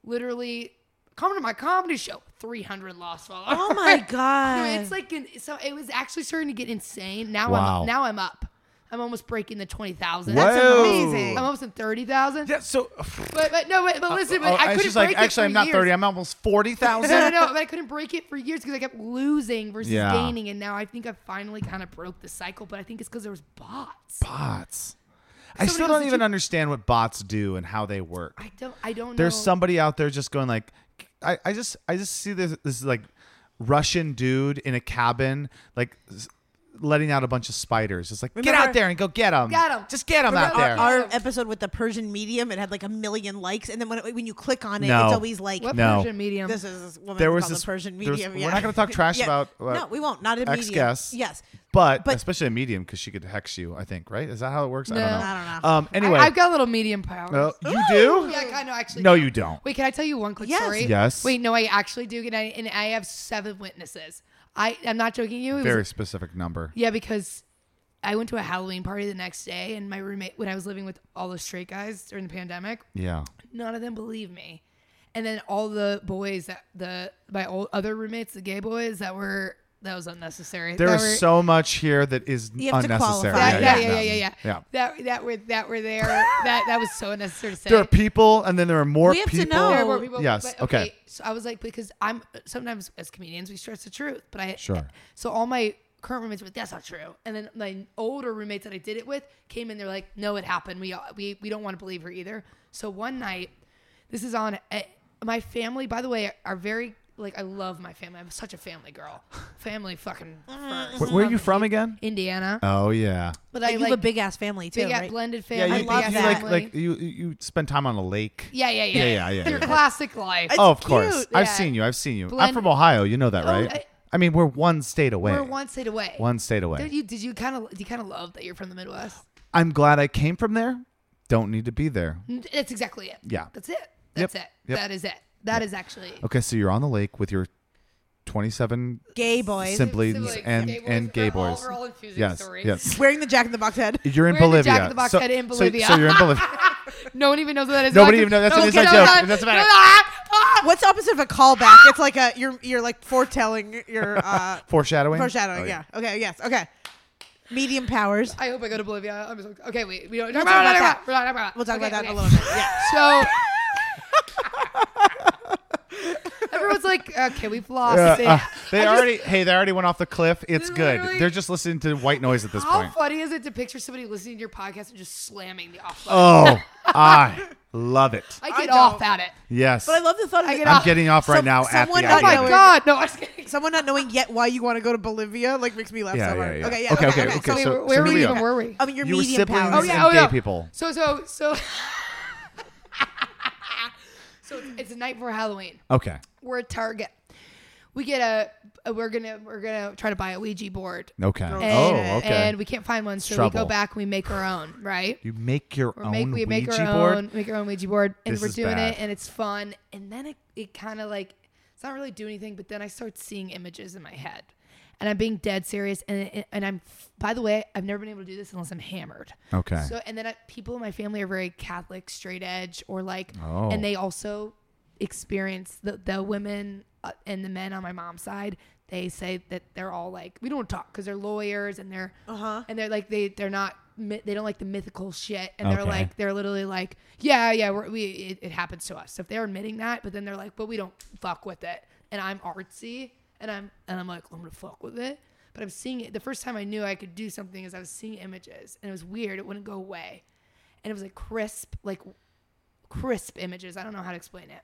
S4: literally come to my comedy show, 300 lost followers.
S2: Oh my
S4: So
S2: god.
S4: it's like, an, so it was actually starting to get insane. Now
S1: Wow.
S4: I'm now I'm up. I'm almost breaking the 20,000.
S1: That's
S4: That's
S1: Whoa.
S2: amazing.
S4: I'm almost at 30,000.
S1: yeah. So.
S4: But, but no, but, but listen, but
S1: Oh,
S4: I
S1: and
S4: couldn't
S1: she's
S4: break
S1: like,
S4: it
S1: actually,
S4: for
S1: I'm not
S4: years.
S1: 30. I'm almost 40,000.
S4: No, no, no. But I couldn't break it for years because I kept losing versus
S1: Yeah.
S4: gaining, and now I think I finally kind of broke the cycle. But I think it's because there was bots.
S1: Bots. I
S4: Somebody
S1: still
S4: goes,
S1: don't
S4: "Did
S1: even
S4: you-"
S1: understand what bots do and how they work.
S4: I don't. I don't.
S1: There's
S4: know.
S1: somebody out there just going like, I, I just, I just see this, this like Russian dude in a cabin, like s- letting out a bunch of spiders. It's like, get
S2: Remember-
S1: out there and go get them.
S4: Get 'em.
S1: Just get them out
S4: Remember-
S1: there.
S2: our episode with the Persian medium, it had like a million likes, and then when, it, when you click on it,
S1: No.
S2: it's always like
S4: What
S1: No.
S4: version medium?
S2: this is this woman
S1: There
S2: who
S1: was
S2: called
S1: this-
S2: the Persian
S1: there's-
S2: medium.
S1: we're
S2: yeah.
S1: not gonna talk trash about, uh,
S2: no, we won't. Not a
S1: ex
S2: medium.
S1: guests.
S2: Yes,
S1: but,
S2: But-
S1: especially a medium because she could hex you. I think, right? Is that how it works? I
S4: No.
S1: don't know.
S2: I don't know.
S1: Um. Anyway,
S4: I, have got a little medium powers.
S1: Oh, you do?
S4: Yeah, I know. Actually,
S1: No, you don't.
S4: Wait, can I tell you one quick
S2: Yes.
S4: story?
S1: Yes.
S4: Wait, no, I actually do. And I, and I have seven witnesses. I, I'm not joking you. It was-
S1: Very specific number.
S4: yeah, because I went to a Halloween party the next day, and my roommate, when I was living with all the straight guys during the pandemic,
S1: Yeah.
S4: none of them believe me. And then all the boys that the my old other roommates, the gay boys that were that was unnecessary.
S1: There
S4: that
S1: is
S4: were-
S1: so much here that is
S2: You have to
S1: unnecessary.
S2: qualify.
S4: that, yeah, yeah, yeah, yeah, yeah,
S1: yeah.
S4: That that were that were there. that that was so unnecessary to say.
S1: There are people, and then there are more
S2: We have to
S1: people.
S2: know.
S4: There were people-
S1: Yes,
S4: but,
S1: okay.
S4: So I was like, because I'm sometimes as comedians we stress the truth, but I
S1: Sure.
S4: So all my current roommates were like, that's not true, and then my older roommates that I did it with came in. They're like, no, it happened. We we we don't want to believe her either. So one night, this is on eh, my family. By the way, are very like I love my family. I'm such a family girl. Family fucking. First.
S1: Where, where are you from again?
S4: Indiana,
S1: Oh yeah.
S4: but
S2: But
S4: I
S2: you
S4: like
S2: have a big ass family too,
S4: big
S2: right?
S4: blended
S1: Yeah,
S4: family.
S1: you,
S2: I
S1: you-
S2: love
S1: you like
S2: that.
S1: like you you you spend time on a lake.
S4: yeah, yeah, yeah,
S1: Yeah, yeah, yeah,
S4: Your
S1: yeah.
S4: classic life.
S1: oh, of course.
S2: cute.
S1: I've
S4: Yeah.
S1: seen you. I've seen you. I'm
S4: Blend-
S1: from Ohio. You know that,
S4: Oh,
S1: right?
S4: I-
S1: I mean, we're one state away.
S4: We're one state away.
S1: One state away.
S4: Did you did you kind of you kind of love that you're from the Midwest?
S1: I'm glad I came from there. Don't need to be there.
S4: That's exactly it.
S1: Yeah.
S4: That's it. That's
S1: Yep.
S4: it.
S1: Yep.
S4: That is it. That is actually.
S1: Okay, so you're on the lake with your 27
S2: Gay boys
S1: siblings and
S4: Gay boys.
S1: and gay
S4: We're all-
S1: boys.
S4: we're all infusing
S1: yes,
S4: stories.
S1: yes.
S2: wearing the Jack in the Box head.
S1: You're in
S4: We're in the
S1: Bolivia.
S4: Jack in the Box
S1: so,
S4: head in
S1: so-
S4: Bolivia.
S1: So, you're in Bolivia.
S4: No one even knows what that is.
S1: Nobody
S4: Not
S1: even knows. That's an
S4: no,
S1: inside
S4: no,
S1: joke.
S4: no,
S1: It doesn't
S4: no,
S1: matter.
S4: ah, ah.
S2: What's the opposite of a callback? it's like a you're you're like foretelling your uh
S1: Foreshadowing.
S2: foreshadowing.
S1: Oh,
S2: yeah. Okay. Yes. Okay. medium powers.
S4: I hope I go to Bolivia. I'm just like, okay, wait, we don't
S2: We'll
S4: talk about,
S2: talk
S4: that.
S2: about
S4: We're not talking about
S2: We'll talk about that
S4: that. Okay,
S2: in a
S4: okay.
S2: little bit. Yeah.
S4: So everyone's like, okay, we've lost
S1: Uh,
S4: it.
S1: uh, they
S4: I just-
S1: already hey, they already went off the cliff. It's
S4: Literally-
S1: good. They're just listening to white noise at this
S4: How
S1: point.
S4: funny is it to picture somebody listening to your podcast and just slamming the off button?
S1: Oh, I love it.
S4: I get
S2: I
S4: off
S2: don't.
S4: at it.
S1: Yes.
S2: But I love the thought of
S4: I
S2: it.
S4: get
S1: I'm
S4: off.
S1: getting off right
S2: Some-
S1: now at
S2: someone
S1: the
S2: not
S1: idea.
S4: Oh my
S2: knowing-
S4: god! No, I'm just kidding.
S2: Someone not knowing yet why you want to go to Bolivia like makes me laugh
S1: Yeah,
S2: so
S1: yeah,
S2: hard.
S1: yeah.
S2: Okay, yeah.
S1: Okay, okay, okay.
S2: So,
S1: So-
S4: wait,
S1: so
S4: where we
S1: Leo-
S4: even were we?
S2: um, your
S1: You were
S2: medium
S1: siblings
S2: powers.
S4: Oh yeah,
S1: and
S4: oh
S1: gay
S4: yeah.
S1: people.
S4: So so so. so it's, it's the night before Halloween.
S1: Okay.
S4: We're at Target. We get a, a- we're gonna we're gonna try to buy a Ouija board.
S1: Okay.
S4: And,
S1: oh, okay.
S4: And we can't find one, so we
S1: trouble.
S4: go back. and We make our own, right?
S1: you make your
S4: We
S1: own
S4: make we
S1: Ouija
S4: make our
S1: board.
S4: own make our own Ouija board, and
S1: This
S4: we're
S1: is
S4: doing
S1: bad.
S4: it, and it's fun. And then it it kind of like it's not really doing anything, but then I start seeing images in my head, and I'm being dead serious. And and I'm by the way, I've never been able to do this unless I'm hammered.
S1: Okay.
S4: So and then I, people in my family are very Catholic, straight edge, or like,
S1: Oh.
S4: and they also experience the the women uh, and the men on my mom's side. They say that they're all like we don't talk because they're lawyers and they're
S2: Uh-huh.
S4: and they're like they they're not mi- they don't like the mythical shit and they're
S1: Okay.
S4: like they're literally like yeah yeah we're, we it, it happens to us so if they're admitting that but then they're like but we don't fuck with it and I'm artsy and I'm and I'm like I'm gonna fuck with it but I'm seeing it the first time I knew I could do something is I was seeing images and it was weird it wouldn't go away and it was like crisp like crisp images I don't know how to explain it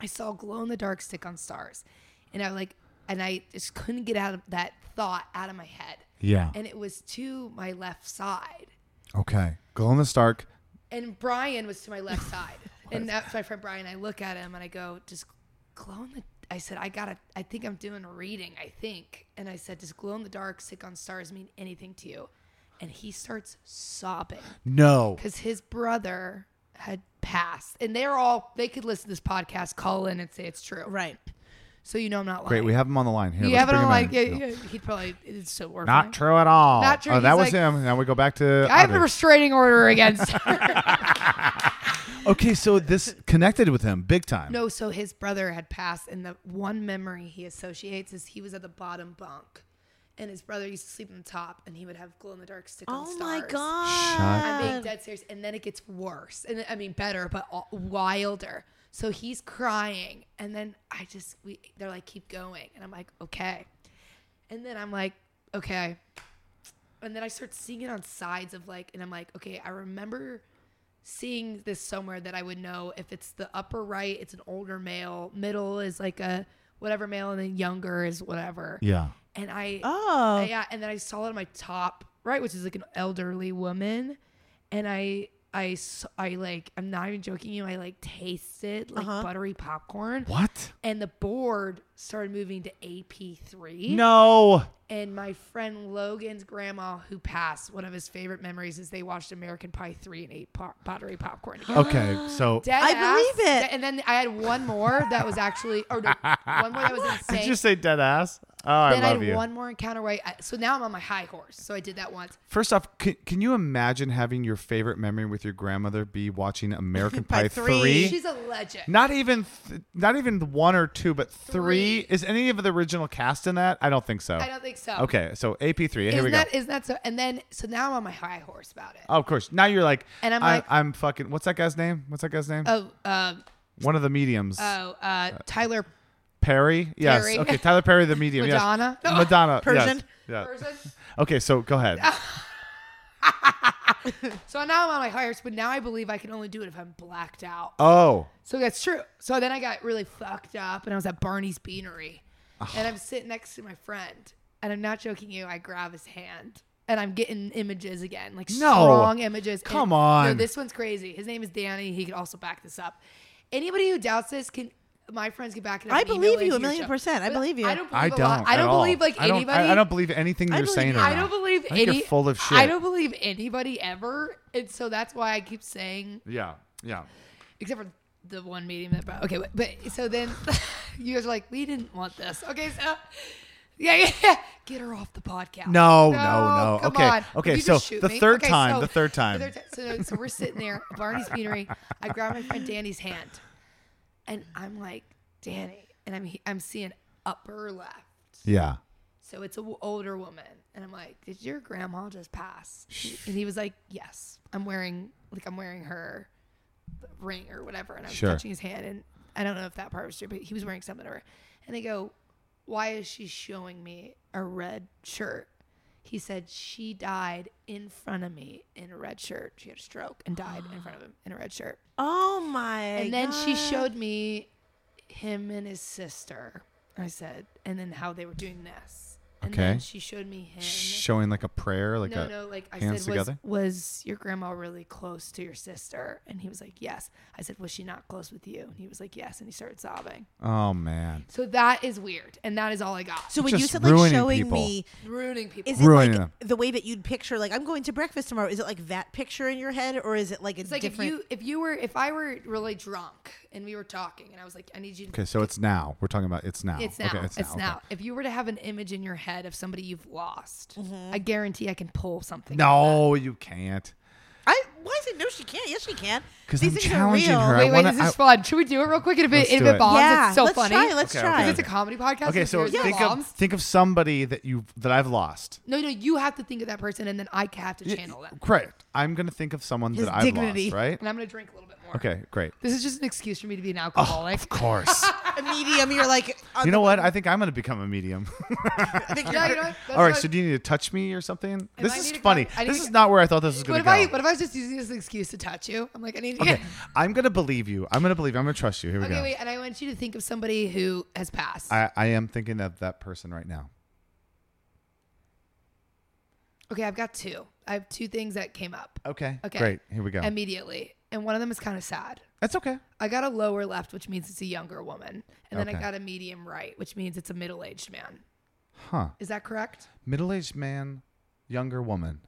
S4: I saw glow in the dark stick on stars, and I like, and I just couldn't get out of that thought out of my head,
S1: yeah.
S4: and it was to my left side,
S1: okay. Glow in the dark.
S4: and Brian was to my left side, and that's my friend Brian. I look at him and I go, just glow in the. I said, I gotta. I think I'm doing a reading. I think, and I said, does glow in the dark stick on stars mean anything to you? And he starts sobbing
S1: No.
S4: because his brother had passed, and they're all they could listen to this podcast, call in, and say it's true,
S2: Right.
S4: So you know I'm not lying.
S1: Great. We have him on the line here.
S4: You
S1: let's
S4: have it
S1: bring
S4: on like
S1: him in.
S4: yeah, yeah, he'd probably it's so horrifying.
S1: Not true at all.
S4: Not true.
S1: Oh, that
S4: He's
S1: was
S4: like-
S1: him. Now we go back to.
S4: I have
S1: Audrey.
S4: a restraining order against her.
S1: okay, so this connected with him big time.
S4: no, so his brother had passed, and the one memory he associates is he was at the bottom bunk, and his brother used to sleep on the top, and he would have glow in the dark stick on
S2: Oh
S4: stars.
S2: my
S4: I'm being
S2: god.
S4: dead serious, and then it gets worse, and I mean better, but all- wilder. So he's crying, and then I just we they're like keep going, and I'm like okay, and then I'm like okay, and then I start seeing it on sides of like, and I'm like okay, I remember seeing this somewhere that I would know if it's the upper right, it's an older male, middle is like a whatever male, and then younger is whatever.
S1: Yeah.
S4: And I
S2: Oh.
S4: yeah, and then I saw it on my top right, which is like an elderly woman, and I I s- I, like I'm not even joking you. I like tasted like
S2: Uh-huh.
S4: buttery popcorn,
S1: What?
S4: and the board started moving to AP three.
S1: No.
S4: And my friend Logan's grandma, who passed, one of his favorite memories is they watched American Pie three and ate po- buttery popcorn. together.
S1: Okay, so
S4: Dead
S2: I
S4: ass.
S2: believe it.
S4: And then I had one more that was actually, or no, one more that was insane
S1: did you say dead ass? Oh, I
S4: then I,
S1: love
S4: had
S1: you.
S4: one more encounter where I, so now I'm on my high horse. So I did that once.
S1: First off, can, can you imagine having your favorite memory with your grandmother be watching American
S2: Pie
S1: Pie,
S2: three.
S1: three?
S4: She's a legend.
S1: not even, th- not even one or two, but three.
S4: Three.
S1: Is any of the original cast in that? I don't think so.
S4: I don't think so.
S1: Okay, so AP three. Here
S4: Isn't
S1: we
S4: that
S1: go.
S4: isn't that so? And then so now I'm on my high horse about it.
S1: Oh, of course. Now you're like,
S4: And I'm
S1: I-
S4: like-
S1: I'm fucking. What's that guy's name? What's that guy's name?
S4: Oh, um,
S1: One of the mediums.
S4: oh, uh, Tyler
S1: Perry. Yes.
S4: Perry.
S1: Okay. Tyler Perry, the medium. yes.
S4: Madonna? No.
S1: Madonna.
S2: Persian?
S1: Yes. Yeah.
S4: person.
S1: Okay, so go ahead.
S4: So now I'm on my high horse, but now I believe I can only do it if I'm blacked out.
S1: Oh,
S4: So that's true. So then I got really fucked up and I was at Barney's Beanery. And I'm sitting next to my friend. And I'm not joking you, I grab his hand. And I'm getting images again, like strong images.
S1: Come
S4: And- No,
S1: on.
S4: this one's crazy. His name is Danny. He could also back this up. Anybody who doubts this can, my friends can back it up.
S2: I
S4: and email
S2: believe
S4: it
S2: you a
S4: to your
S2: million
S4: show.
S2: percent. I
S4: But
S2: believe you.
S4: I don't believe
S1: I
S4: a
S1: don't.
S4: lot. I
S1: at
S4: don't
S1: all.
S4: believe like
S1: I don't-
S4: anybody.
S1: I, I don't believe anything
S2: I
S1: you're
S2: believe
S1: saying.
S2: you.
S1: right
S4: I
S1: now.
S4: don't believe
S1: I think
S4: any.
S1: You're full of shit.
S4: I don't believe anybody ever, and so that's why I keep saying
S1: Yeah. Yeah.
S4: except for the one meeting that brought, okay but, but so then you guys are like we didn't want this okay so yeah yeah, yeah. get her off the podcast
S1: No, no, no.
S4: come
S1: Okay,
S4: on.
S1: okay,
S4: Would you just
S1: so
S4: shoot
S1: the
S4: me?
S1: third
S4: Okay,
S1: time, the third time.
S4: so, so we're sitting there barney's beanery i grab my friend danny's hand and i'm like danny and i'm i'm seeing upper left
S1: Yeah.
S4: So it's an older woman. And I'm like, did your grandma just pass? And he was like, yes. I'm wearing, like, I'm wearing her ring or whatever. And I was
S1: Sure.
S4: touching his hand. And I don't know if that part was true, but he was wearing something or And I go, why is she showing me a red shirt? He said, she died in front of me in a red shirt. She had a stroke and died in front of him in a red shirt.
S2: Oh my.
S4: And then she
S2: God.
S4: showed me him and his sister. I said, and then how they were doing this. And
S1: Okay.
S4: then she showed me him.
S1: Showing like a prayer, like
S4: no,
S1: a
S4: no, like I
S1: hands
S4: said,
S1: together.
S4: was was your grandma really close to your sister? And he was like, yes. I said, was she not close with you? And he was like, yes. And he started sobbing.
S1: Oh man,
S4: So that is weird, and that is all I got.
S2: So when you
S1: Just
S2: said like
S1: ruining
S2: showing
S1: people.
S2: me,
S4: ruining people.
S2: is it
S1: Ruining
S2: like
S1: them.
S2: the way that you'd picture like I'm going to breakfast tomorrow? Is it like that picture in your head, or is it like a
S4: It's like
S2: different?
S4: if you if you were if I were really drunk and we were talking and I was like, I need you to
S1: Okay, so it's now. We're talking about it's now.
S4: It's now.
S1: Okay,
S4: it's now.
S1: okay.
S4: If you were to have an image in your head of somebody you've lost,
S2: Mm-hmm.
S4: I guarantee I can pull something.
S1: No, you can't.
S2: I why is it no? She can't. Yes, she can.
S1: 'Cause
S2: These
S1: I'm
S2: things are
S1: challenging
S2: real.
S1: her. I
S4: Wait, wait,
S1: wanna-
S4: this is
S1: I-
S4: fun. Should we do it real quick? And if
S1: Let's
S4: it, and
S1: do
S4: if
S1: it.
S4: it bombs,
S2: yeah,
S4: it's so
S2: let's
S4: funny.
S2: try. Let's
S1: Okay,
S2: try.
S1: okay.
S4: It's a comedy podcast.
S1: Okay, so
S4: here's the
S1: think of
S4: bombs.
S1: think of somebody that you that I've lost.
S4: no, no, you have to think of that person, and then I have to channel them.
S1: Great. I'm gonna think of someone
S2: His
S1: that I've
S2: dignity.
S1: lost. Right.
S4: And I'm gonna drink a little bit more.
S1: Okay. Great.
S4: This is just an excuse for me to be an alcoholic.
S1: Of course.
S2: A medium. You're like on
S1: you know
S2: the-
S1: what? I think I'm gonna become a medium.
S2: I think
S4: Yeah,
S2: you're-
S4: you know what? That's
S1: All right.
S4: what I-
S1: So do you need to touch me or something? this
S4: I
S1: is
S4: need to
S1: funny.
S4: go- I need
S1: this
S4: to
S1: is
S4: go-
S1: not where I thought this was
S4: what
S1: gonna
S4: if
S1: go.
S4: I what if I was just using this as an excuse to touch you? I'm like, I need to get.
S1: okay. I'm gonna believe you. I'm gonna believe. you. I'm gonna trust you. Here we
S4: Okay,
S1: go.
S4: wait, and I want you to think of somebody who has passed.
S1: I, I am thinking of that person right now.
S4: okay, I've got two. I have two things that came up.
S1: Okay.
S4: Okay.
S1: Great. Here we go.
S4: immediately. And one of them is kind of sad.
S1: That's okay.
S4: I got a lower left, which means it's a younger woman. And then
S1: Okay.
S4: I got a medium right, which means it's a middle aged man.
S1: Huh.
S4: Is that correct?
S1: Middle-aged man, younger woman.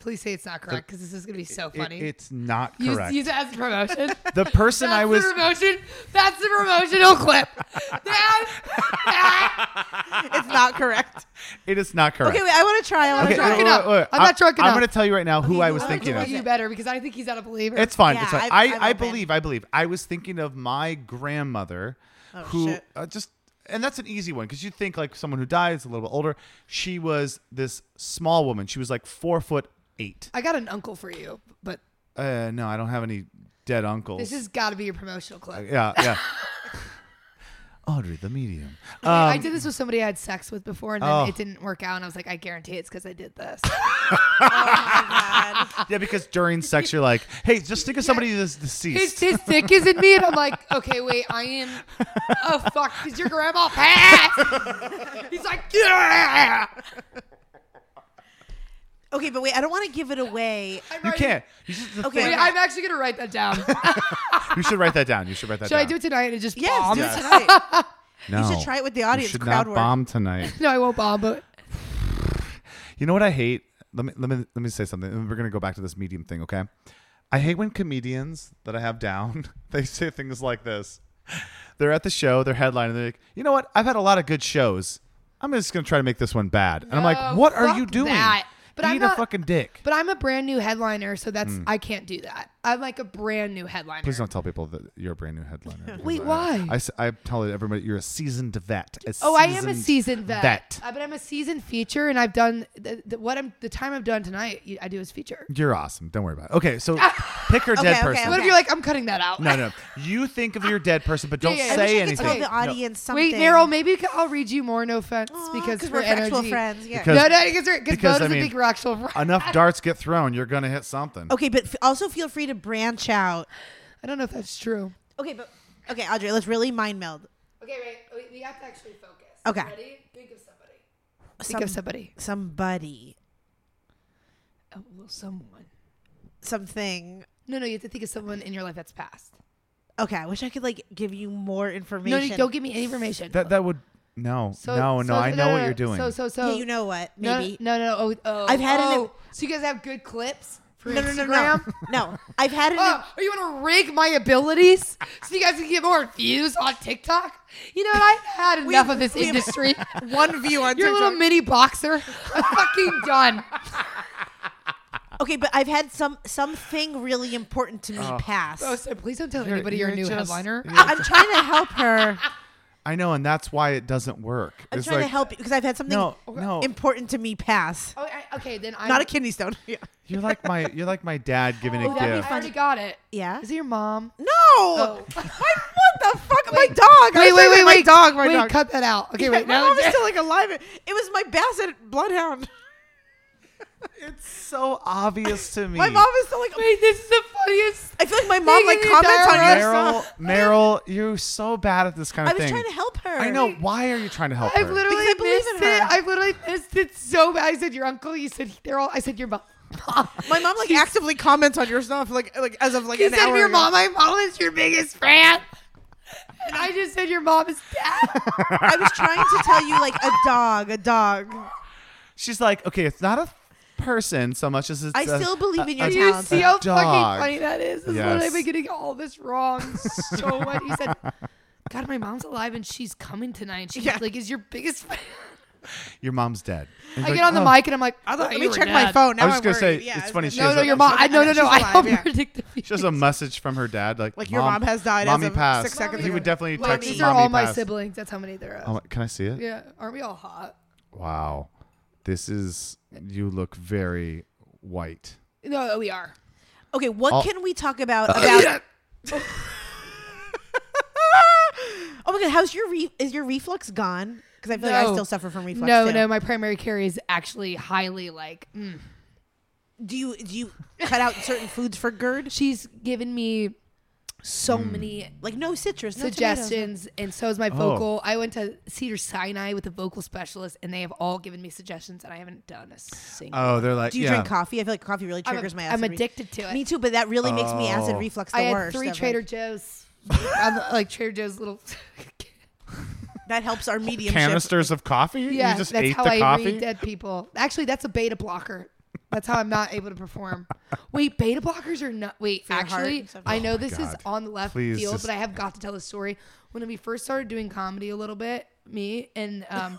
S4: Please say it's not correct because this is going to be so
S1: It-
S4: funny.
S1: it's not
S4: use,
S1: correct.
S4: use it as a promotion.
S1: the person
S4: That's
S1: I was
S4: the promotion. That's the promotional clip. That- that-
S2: it's not correct.
S1: It is not correct.
S2: Okay, wait. I want to try. I want to
S1: Okay,
S2: try.
S4: drunk enough. I'm
S1: I-
S4: not drunk
S1: I'm
S4: enough.
S1: going to tell you right now who I was
S2: who-
S1: thinking
S2: who
S1: of.
S2: is
S4: you
S2: it?
S4: better because I think he's not a believer.
S1: It's fine.
S2: Yeah,
S1: it's fine.
S2: I-
S1: I,
S2: I'm
S1: I,
S2: open.
S1: believe. I believe. I was thinking of my grandmother, who
S4: Oh,
S2: shit.
S1: uh, just and that's an easy one because you think like someone who dies a little bit older. She was this small woman. She was like four foot eight.
S4: I got an uncle for you, but
S1: Uh, no, I don't have any dead uncles.
S4: this has got to be your promotional clip.
S1: yeah, yeah. Audrey, the medium.
S4: I did this with somebody I had sex with before, and then
S1: Um, Oh.
S4: it didn't work out. And I was like, I guarantee it's because I did this.
S1: Yeah, because during sex you're like, hey, just think of somebody that's deceased.
S4: his, his dick is in me, and I'm like, okay, wait, I am. Oh fuck, did your grandma pass? He's like, yeah.
S2: Okay, but wait. I don't want to give it away.
S4: I'm
S1: you
S4: writing-
S1: can't. You should, the
S2: Okay.
S1: thing-
S4: Wait, I'm actually gonna write that down. Should
S1: you should write that down. You should write that
S4: I
S1: down.
S4: do it tonight and it just
S2: Yes,
S4: bomb?
S2: do it tonight.
S1: No.
S2: You should try it with the audience.
S1: should
S2: crowd
S1: not
S2: work.
S1: bomb tonight.
S4: No, I won't bomb, but
S1: You know what I hate? Let me let me let me say something. and We're gonna go back to this medium thing, okay? I hate when comedians that I have down they say things like this. They're at the show, they're headlining, they're like, you know what? I've had a lot of good shows. I'm just gonna try to make this one bad. And I'm
S4: No,
S1: like, what are
S4: fuck
S1: you doing?
S4: that. But
S1: Eat
S4: I'm
S1: a
S4: not-
S1: fucking dick.
S4: but I'm a brand new headliner, so that's I can't do that. I'm like a brand new headliner.
S1: Hmm. Please don't tell people that you're a brand new headliner. because
S4: Wait,
S1: I-
S4: why?
S1: I, s- I tell everybody you're a seasoned vet. A
S4: Oh, I am a seasoned vet,
S1: vet.
S4: Uh, but I'm a seasoned feature, and I've done the, the, what I'm the time I've done tonight. you- I do is feature.
S1: You're awesome. Don't worry about it. Okay, so pick her dead
S2: okay,
S1: person.
S4: What if
S2: Okay.
S4: you're like, I'm cutting that out?
S1: No, no. You think of your dead person, but don't
S4: yeah, yeah.
S2: I wish
S1: say
S2: I could
S1: anything.
S2: tell the
S1: No.
S2: audience something.
S4: Wait, Meryl, maybe c- I'll read you more. No offense,
S2: Aw,
S4: because
S2: we're actual
S4: energy.
S2: friends. Yeah.
S1: Because-
S4: No, no, because we're because
S1: because,
S4: Bo
S1: I
S4: doesn't
S1: mean,
S4: think we're actual friends.
S1: Enough darts get thrown, you're gonna hit something.
S2: okay, but f- also feel free to branch out.
S4: I don't know if that's true.
S2: Okay, but okay, Audrey, let's really mind meld.
S4: Okay, wait, we, we have to actually focus.
S2: Okay.
S4: Ready? Think of somebody. Think
S2: Some,
S4: of somebody.
S2: somebody,
S4: Oh, well, someone.
S2: something.
S4: No, no, you have to think of someone in your life that's passed.
S2: Okay, I wish I could like give you more information.
S4: No, no, don't give me any information.
S1: That that would no no no.
S4: so-
S1: I know what you're doing.
S4: So, so, so.
S2: Yeah, you know what?
S4: No,
S2: Maybe.
S4: No, no, no. Oh, oh,
S2: I've had an-
S4: oh. So you guys have good clips for
S2: no, no, no,
S4: Instagram?
S2: no. No, I've had an.
S4: Oh, or you want to rig my abilities so you guys can get more views on TikTok? You know what? I've had
S2: We-
S4: enough of this
S2: we have
S4: industry.
S2: one view on
S4: You're a little
S2: TikTok.
S4: mini boxer. I'm fucking done.
S2: okay, but I've had some something really important to me pass.
S4: Oh, so please don't tell
S1: You're-
S4: anybody you're a
S1: you're
S4: new
S1: just-
S4: headliner.
S1: you're-
S2: I'm trying to help her.
S1: I know, and that's why it doesn't work.
S2: I'm
S1: it's
S2: trying
S1: like,
S2: to help you because I've had something
S1: No, no.
S2: important to me pass.
S4: Oh, I, okay, then I'm
S2: Not a kidney stone. Yeah.
S1: You're like my you're like my dad giving
S4: Oh,
S1: a
S4: that'd be
S1: gift.
S4: fun. I already got it.
S2: Yeah?
S4: Is it your mom?
S2: No.
S4: Oh.
S2: I, what the fuck? my dog. I was saying my dog. My
S4: wait,
S2: dog.
S4: cut that out. Okay, wait.
S2: my
S4: Now
S2: mom is still like alive. It was my basset bloodhound.
S1: It's so obvious to me.
S2: My mom is still like.
S4: wait, this is the funniest.
S2: I feel like my mom
S4: Megan,
S2: like
S4: you
S2: comments on
S4: diarrhea.
S2: your
S1: Meryl,
S2: stuff.
S1: Meryl, you're so bad at this kind
S2: I
S1: of
S2: was
S1: thing.
S2: trying to help her.
S1: I know. Why are you trying to help
S4: I've
S1: her?
S4: literally
S2: Because I believe
S4: missed
S2: in her.
S4: it. I've literally missed it so bad. I said your uncle. You said they're all. I said your mom.
S2: My mom like actively comments on your stuff like like as of like
S4: You
S2: an
S4: said
S2: hour
S4: your
S2: ago.
S4: mom. My mom is your biggest fan. And I just said your mom is dad.
S2: I was trying to tell you like a dog, a dog.
S1: She's like, okay, it's not a person so much as it's
S2: I
S1: a-
S2: still believe in your
S1: a-
S4: Do you
S2: talents.
S4: see how
S1: dog.
S4: fucking funny that is? This is
S1: Yes.
S4: literally been getting all this wrong. So what you said. God, my mom's alive and she's coming tonight. She's
S2: Yeah.
S4: like, is your biggest fan.
S1: Your mom's dead. And
S4: I
S1: you're
S4: get
S1: like,
S4: on the
S1: oh.
S4: mic and I'm like, I thought
S2: Let
S4: you
S2: me
S4: were
S2: check
S4: dead.
S2: my phone. Now
S1: I was
S2: I'm
S1: gonna
S2: worried.
S1: say,
S2: yeah,
S1: it's
S2: I was
S1: funny
S2: gonna-
S1: she
S4: No,
S1: has
S4: no,
S1: a-
S4: your mom. I, no, no,
S2: She's
S4: no. I
S2: alive,
S4: don't
S2: yeah.
S4: predict the
S1: She has a message from her dad, like,
S2: Like, your mom has died as
S1: Mommy
S2: of
S1: passed.
S2: six seconds
S1: He
S2: ago.
S1: would definitely
S2: Wait,
S1: text
S4: These
S1: mommy
S4: are all my
S1: passed.
S4: siblings. That's how many there are.
S1: Oh my- can I see it?
S4: yeah, aren't we all hot?
S1: Wow, this is. You look very white.
S4: No, we are.
S2: Okay, what
S1: I'll-
S2: can we talk about about? oh my god, how's your re- is your reflux gone? Because I feel like I
S4: No.
S2: still suffer from reflux.
S4: No,
S2: too.
S4: no, my primary care is actually highly like. mm.
S2: Do you do you cut out certain foods for GERD?
S4: She's given me so
S1: Hmm.
S4: many
S2: Like no citrus, no Tomatoes.
S4: suggestions, and so is my vocal. I went to Cedar Sinai with a vocal specialist, and they have all given me suggestions, and I haven't done a single.
S1: Oh, they're like.
S2: Do you
S1: yeah.
S2: drink coffee? I feel like coffee really
S4: I'm a-
S2: triggers my acid.
S4: I'm
S2: re-
S4: addicted to it.
S2: Me too, but that really makes me acid
S1: Oh.
S2: reflux the
S4: I had
S2: worst.
S4: three
S2: of, like-
S4: Trader Joe's, on the- like Trader Joe's little.
S2: that helps our mediumship.
S1: canisters of coffee?
S4: Yeah,
S1: you just
S4: that's
S1: ate
S4: how
S1: the
S4: I
S1: coffee.
S4: read dead people. Actually, that's a beta blocker. That's how I'm not able to perform. Wait, beta blockers are not. Wait,
S2: your heart
S4: actually,
S2: and stuff.
S4: I know this is
S1: Oh God.
S4: on the left
S1: Please
S4: field,
S1: just-
S4: but I have got to tell the story. When we first started doing comedy a little bit, me and um,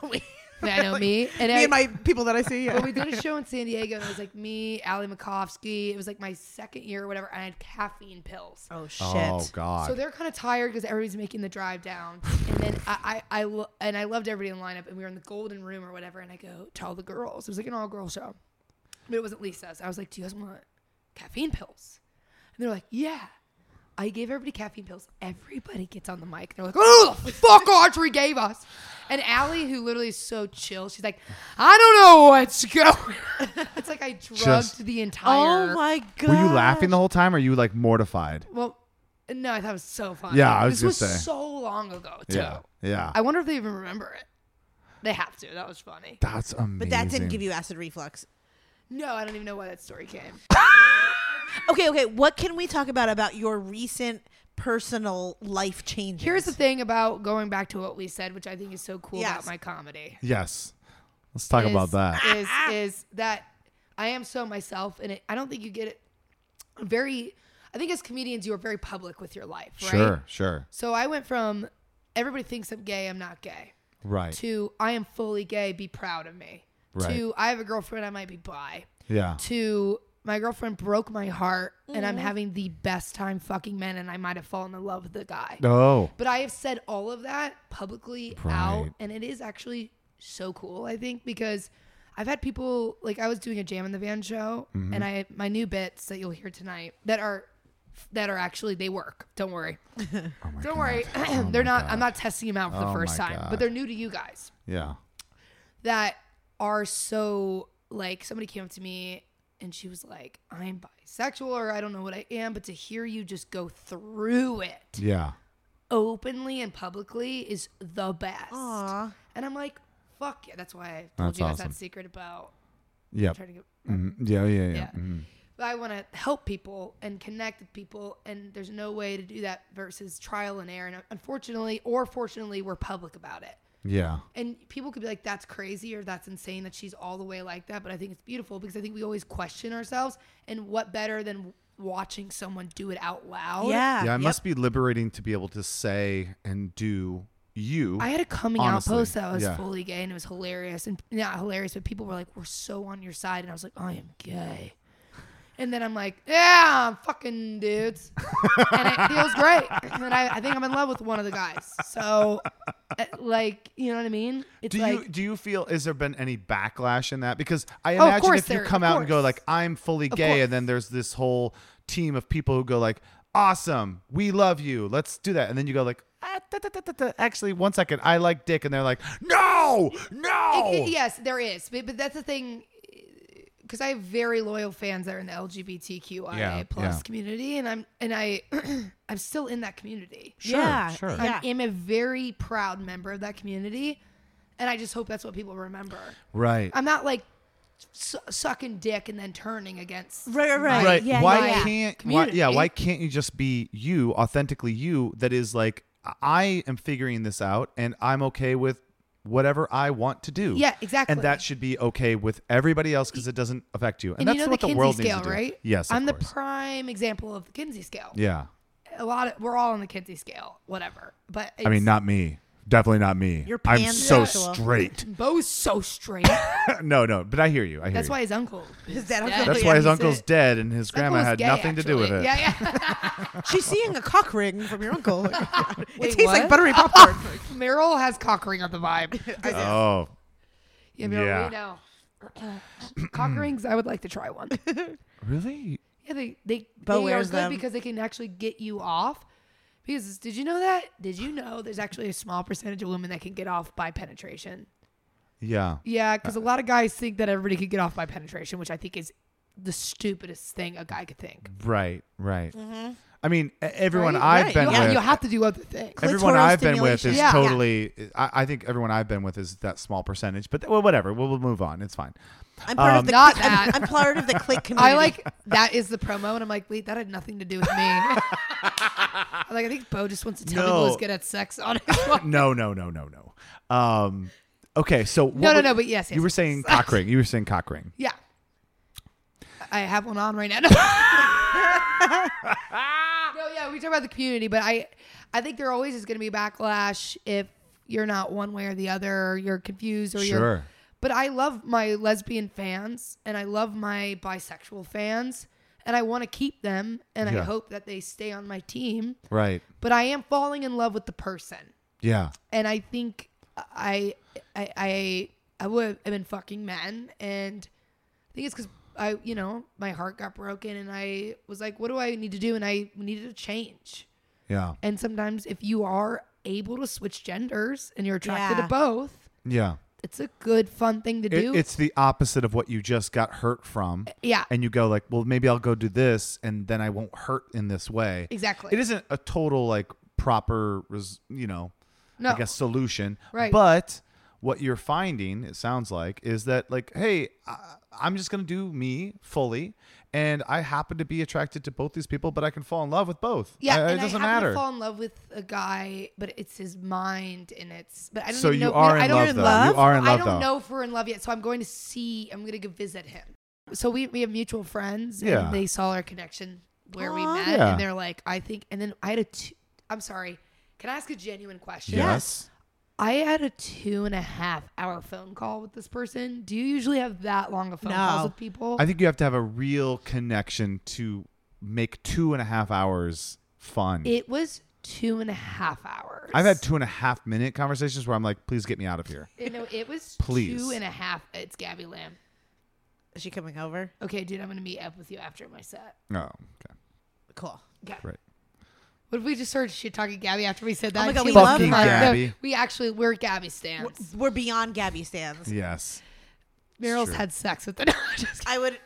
S4: I know me and,
S2: Me
S4: I-
S2: and my people that I see. Yeah.
S4: when we did a show in San Diego, and it was like me, Ali Makovsky. It was like my second year or whatever. And I had caffeine pills.
S2: oh shit.
S1: Oh God.
S4: So they're kind of tired because everybody's making the drive down, and then I, I, I lo- and I loved everybody in the lineup, and we were in the golden room or whatever, and I go tell the girls. It was like an all girl show, but it wasn't Lisa's. I was like, "Do you guys want caffeine pills?" And they're like, "Yeah." I gave everybody caffeine pills. Everybody gets on the mic. They're like, "Oh, the fuck, Audrey gave us." And Allie, who literally is so chill, she's like, "I don't know what's going." on." it's like I drugged
S1: Just-
S4: the entire.
S2: Oh my god.
S1: Were you laughing the whole time, or you like mortified?
S4: Well, no, I thought it was so funny.
S1: Yeah, I was
S4: this
S1: gonna
S4: was
S1: say.
S4: so long ago too.
S1: Yeah. Yeah.
S4: I wonder if they even remember it. They have to. That was funny.
S1: that's amazing.
S2: But that didn't give you acid reflux.
S4: No, I don't even know why that story came.
S2: Okay, okay. What can we talk about about your recent personal life changes?
S4: Here's the thing about going back to what we said, which I think is so cool
S2: Yes.
S4: about my comedy.
S1: Yes. Let's talk
S4: is-
S1: about that.
S4: Is is that I am so myself, and it, I don't think you get it. Very, I think as comedians, you are very public with your life, right?
S1: Sure. Sure.
S4: So I went from everybody thinks I'm gay, I'm not gay.
S1: Right.
S4: to I am fully gay, be proud of me.
S1: Right.
S4: To I have a girlfriend, I might be bi.
S1: yeah.
S4: To my girlfriend broke my heart and I'm having the best time fucking men and I might have fallen in love with the guy.
S1: Oh.
S4: But I have said all of that publicly out
S1: Right.
S4: and it is actually so cool, I think, because I've had people like I was doing a jam in the van show
S1: Mm-hmm.
S4: and I my new bits that you'll hear tonight that are that are actually they work. Don't worry. Don't worry. they're not I'm not testing them out for the
S1: Oh
S4: first
S1: my
S4: time,
S1: God.
S4: but they're new to you guys
S1: Yeah.
S4: that are so like somebody came up to me and she was like, I'm bisexual or I don't know what I am, but to hear you just go through it
S1: Yeah.
S4: openly and publicly is the best.
S2: Aw.
S4: And I'm like, fuck yeah. That's why I told
S1: That's
S4: you guys
S1: awesome.
S4: that secret about
S1: Yep.
S4: trying to get
S1: Mhm. Yeah. Yeah. Yeah.
S4: Yeah.
S1: Mhm.
S4: but I want to help people and connect with people, and there's no way to do that versus trial and error. And unfortunately, or fortunately, we're public about it.
S1: Yeah.
S4: and people could be like that's crazy or that's insane that she's all the way like that but i think it's beautiful because i think we always question ourselves and what better than watching someone do it out loud
S1: Yeah.
S2: Yeah.
S1: It
S2: Ah, yep.
S1: must be liberating to be able to say and do you.
S4: i had a coming
S1: Honestly,
S4: out post that was
S1: yeah.
S4: fully gay and it was hilarious and not hilarious but people were like we're so on your side and i was like i am gay And then I'm like, yeah, fucking dudes. and it feels great. And I, I think I'm in love with one of the guys. So, uh, like, you know what I mean? It's
S1: Do
S4: like, Oh,
S1: you do you feel is there been any backlash in that? Because I
S4: of
S1: imagine
S4: course
S1: if you
S4: there-
S1: come
S4: of
S1: out and go
S4: course.
S1: like I'm fully gay, and then there's this whole team of people who go like Awesome, we love you. Let's do that, and then you go like "Ah, da, da, da, da, da. Actually, one second, I like dick, and they're like No, no.
S4: It- it- yes, there is, but, but that's the thing, because I have very loyal fans that are in the LGBTQIA
S1: Yeah,
S4: plus
S1: yeah.
S4: community, and I'm and I, I'm still in that community.
S1: Sure,
S2: yeah,
S1: sure.
S2: yeah.
S4: I am a very proud member of that community, and I just hope that's what people remember.
S1: Right.
S4: I'm not like su- sucking dick and then turning against.
S2: Right, right, right.
S1: right.
S2: Yeah,
S1: why
S2: yeah, yeah.
S1: can't why,
S4: Community.
S1: yeah, why can't you just be you, authentically you that is like I am figuring this out and I'm okay with whatever I want to do.
S4: Yeah, exactly.
S1: And that should be okay with everybody else because it doesn't affect you. And,
S4: And
S1: that's
S4: you know
S1: what
S4: the
S1: the,
S4: Kinsey
S1: world
S4: scale,
S1: needs to do.
S4: right?
S1: Yes.
S4: I'm
S1: of
S4: the
S1: course.
S4: prime example of the Kinsey scale.
S1: yeah.
S4: A lot of we're all on the Kinsey scale, whatever. But
S1: I mean,
S4: it's-
S1: not me. Definitely not me.
S2: You're
S1: I'm so
S2: pansexual.
S1: straight.
S4: Bo's so straight.
S1: no, no, but I hear you. I hear
S4: That's
S1: you.
S4: why his uncle.
S2: Is that
S4: dead.
S2: uncle-
S1: that's
S2: Yeah,
S1: why his
S4: he's
S1: uncle's
S4: a-
S1: dead and his grandma
S4: uncle's
S1: had
S4: gay,
S1: nothing to do with
S4: actually.
S1: it.
S4: Yeah, yeah.
S2: She's seeing a cock ring from your uncle. it
S4: Wait,
S2: tastes like
S4: what?
S2: buttery popcorn.
S4: Meryl has cock ring on the vibe.
S1: Oh,
S4: Yeah, Meryl,
S1: Yeah.
S4: we know. cock rings, I would like to try one.
S1: really?
S4: Yeah, they they,
S2: Bo
S4: they are
S2: wears
S4: good
S2: them.
S4: because they can actually get you off. Because did you know that? Did you know there's actually a small percentage of women that can get off by penetration?
S1: Yeah.
S4: Yeah,
S1: Uh.
S4: because a lot of guys think that everybody could get off by penetration, which I think is the stupidest thing a guy could think.
S1: Right, right. I mean, e- everyone
S4: Mm-hmm. Right?
S1: I've
S2: Right.
S1: been
S4: You,
S1: with,
S4: you have to do other things.
S1: everyone
S2: Clitoral
S1: I've been with
S2: stimulation.
S1: is
S4: Yeah.
S1: totally. I, I think everyone I've been with is that small percentage, but well, whatever. We'll, we'll move on. It's fine.
S2: I'm part
S1: Um,
S2: of the
S4: Not
S2: click, I'm,
S4: that.
S2: I'm part of the click community.
S4: I like that is the promo, and I'm like, wait, that had nothing to do with me. I'm like, I think Bo just wants to tell
S1: No.
S4: people who's good at sex on his one.
S1: No, no, no, no, no. Um, okay, so what
S4: No, no,
S1: were-
S4: no, but yes, yes,
S1: you were
S4: yes.
S1: saying cock ring. You were saying cock ring.
S4: Yeah. I have one on right now. no, yeah, we talk about the community, but I, I think there always is going to be backlash if you're not one way or the other, or you're confused, or
S1: Sure.
S4: you're. But I love my lesbian fans, and I love my bisexual fans, and I want to keep them, and
S1: Yeah.
S4: I hope that they stay on my team.
S1: Right.
S4: but I am falling in love with the person,
S1: Yeah.
S4: and I think I I I I would have been fucking men, and I think it's because I you know my heart got broken, and I was like, what do I need to do? And I needed to change.
S1: Yeah.
S4: And sometimes if you are able to switch genders and you're attracted
S2: Yeah.
S4: to both,
S1: Yeah.
S4: it's a good fun thing to
S1: It-
S4: do.
S1: it's the opposite of what you just got hurt from.
S4: yeah.
S1: and you go like, well, maybe I'll go do this, and then I won't hurt in this way.
S4: Exactly.
S1: It isn't a total like proper, res- you know,
S4: No.
S1: I guess solution.
S4: Right.
S1: But what you're finding, it sounds like, is that like, hey, I, I'm just gonna do me fully, and I happen to be attracted to both these people, but I can fall in love with both.
S4: yeah,
S1: I-
S4: and
S1: uh, it doesn't
S4: I happen
S1: matter.
S4: To fall in love with a guy, but it's his mind, and it's. But I don't
S1: so
S4: even
S1: you
S4: know.
S1: are in
S4: I don't
S1: love,
S4: even
S1: though.
S2: love?
S1: You are in love,
S4: I don't
S1: though.
S4: know if we're in love yet, so I'm going to see. I'm going to go visit him. So we we have mutual friends,
S1: Yeah.
S4: and they saw our connection where we
S2: Aw.
S4: met,
S1: Yeah.
S4: and they're like, I think. And then I had a. Two, I'm sorry. Can I ask a genuine question?
S1: Yes.
S4: I had a two and a half hour phone call with this person. Do you usually have that long of phone
S2: No.
S4: calls with people?
S1: I think you have to have a real connection to make two and a half hours fun.
S4: it was two and a half hours.
S1: I've had two and a half minute conversations where I'm like, please get me out of here.
S4: You know, it was
S1: Please.
S4: two and a half. It's Gabby Lamb.
S2: Is she coming over?
S4: Okay, dude, I'm gonna meet up with you after my set.
S1: Oh, okay.
S2: Cool.
S4: Gabby.
S1: Right.
S4: What if we just started shit talking Gabby after we said that?
S2: Oh my God,
S4: She
S2: we
S4: was
S2: love
S4: fun.
S2: her.
S1: Gabby.
S4: we actually we're Gabby
S2: We're,
S4: stands.
S2: we're beyond Gabby stands.
S1: Yes.
S4: Meryl's
S1: true.
S4: had sex with the. No, I'm just kidding.
S2: I would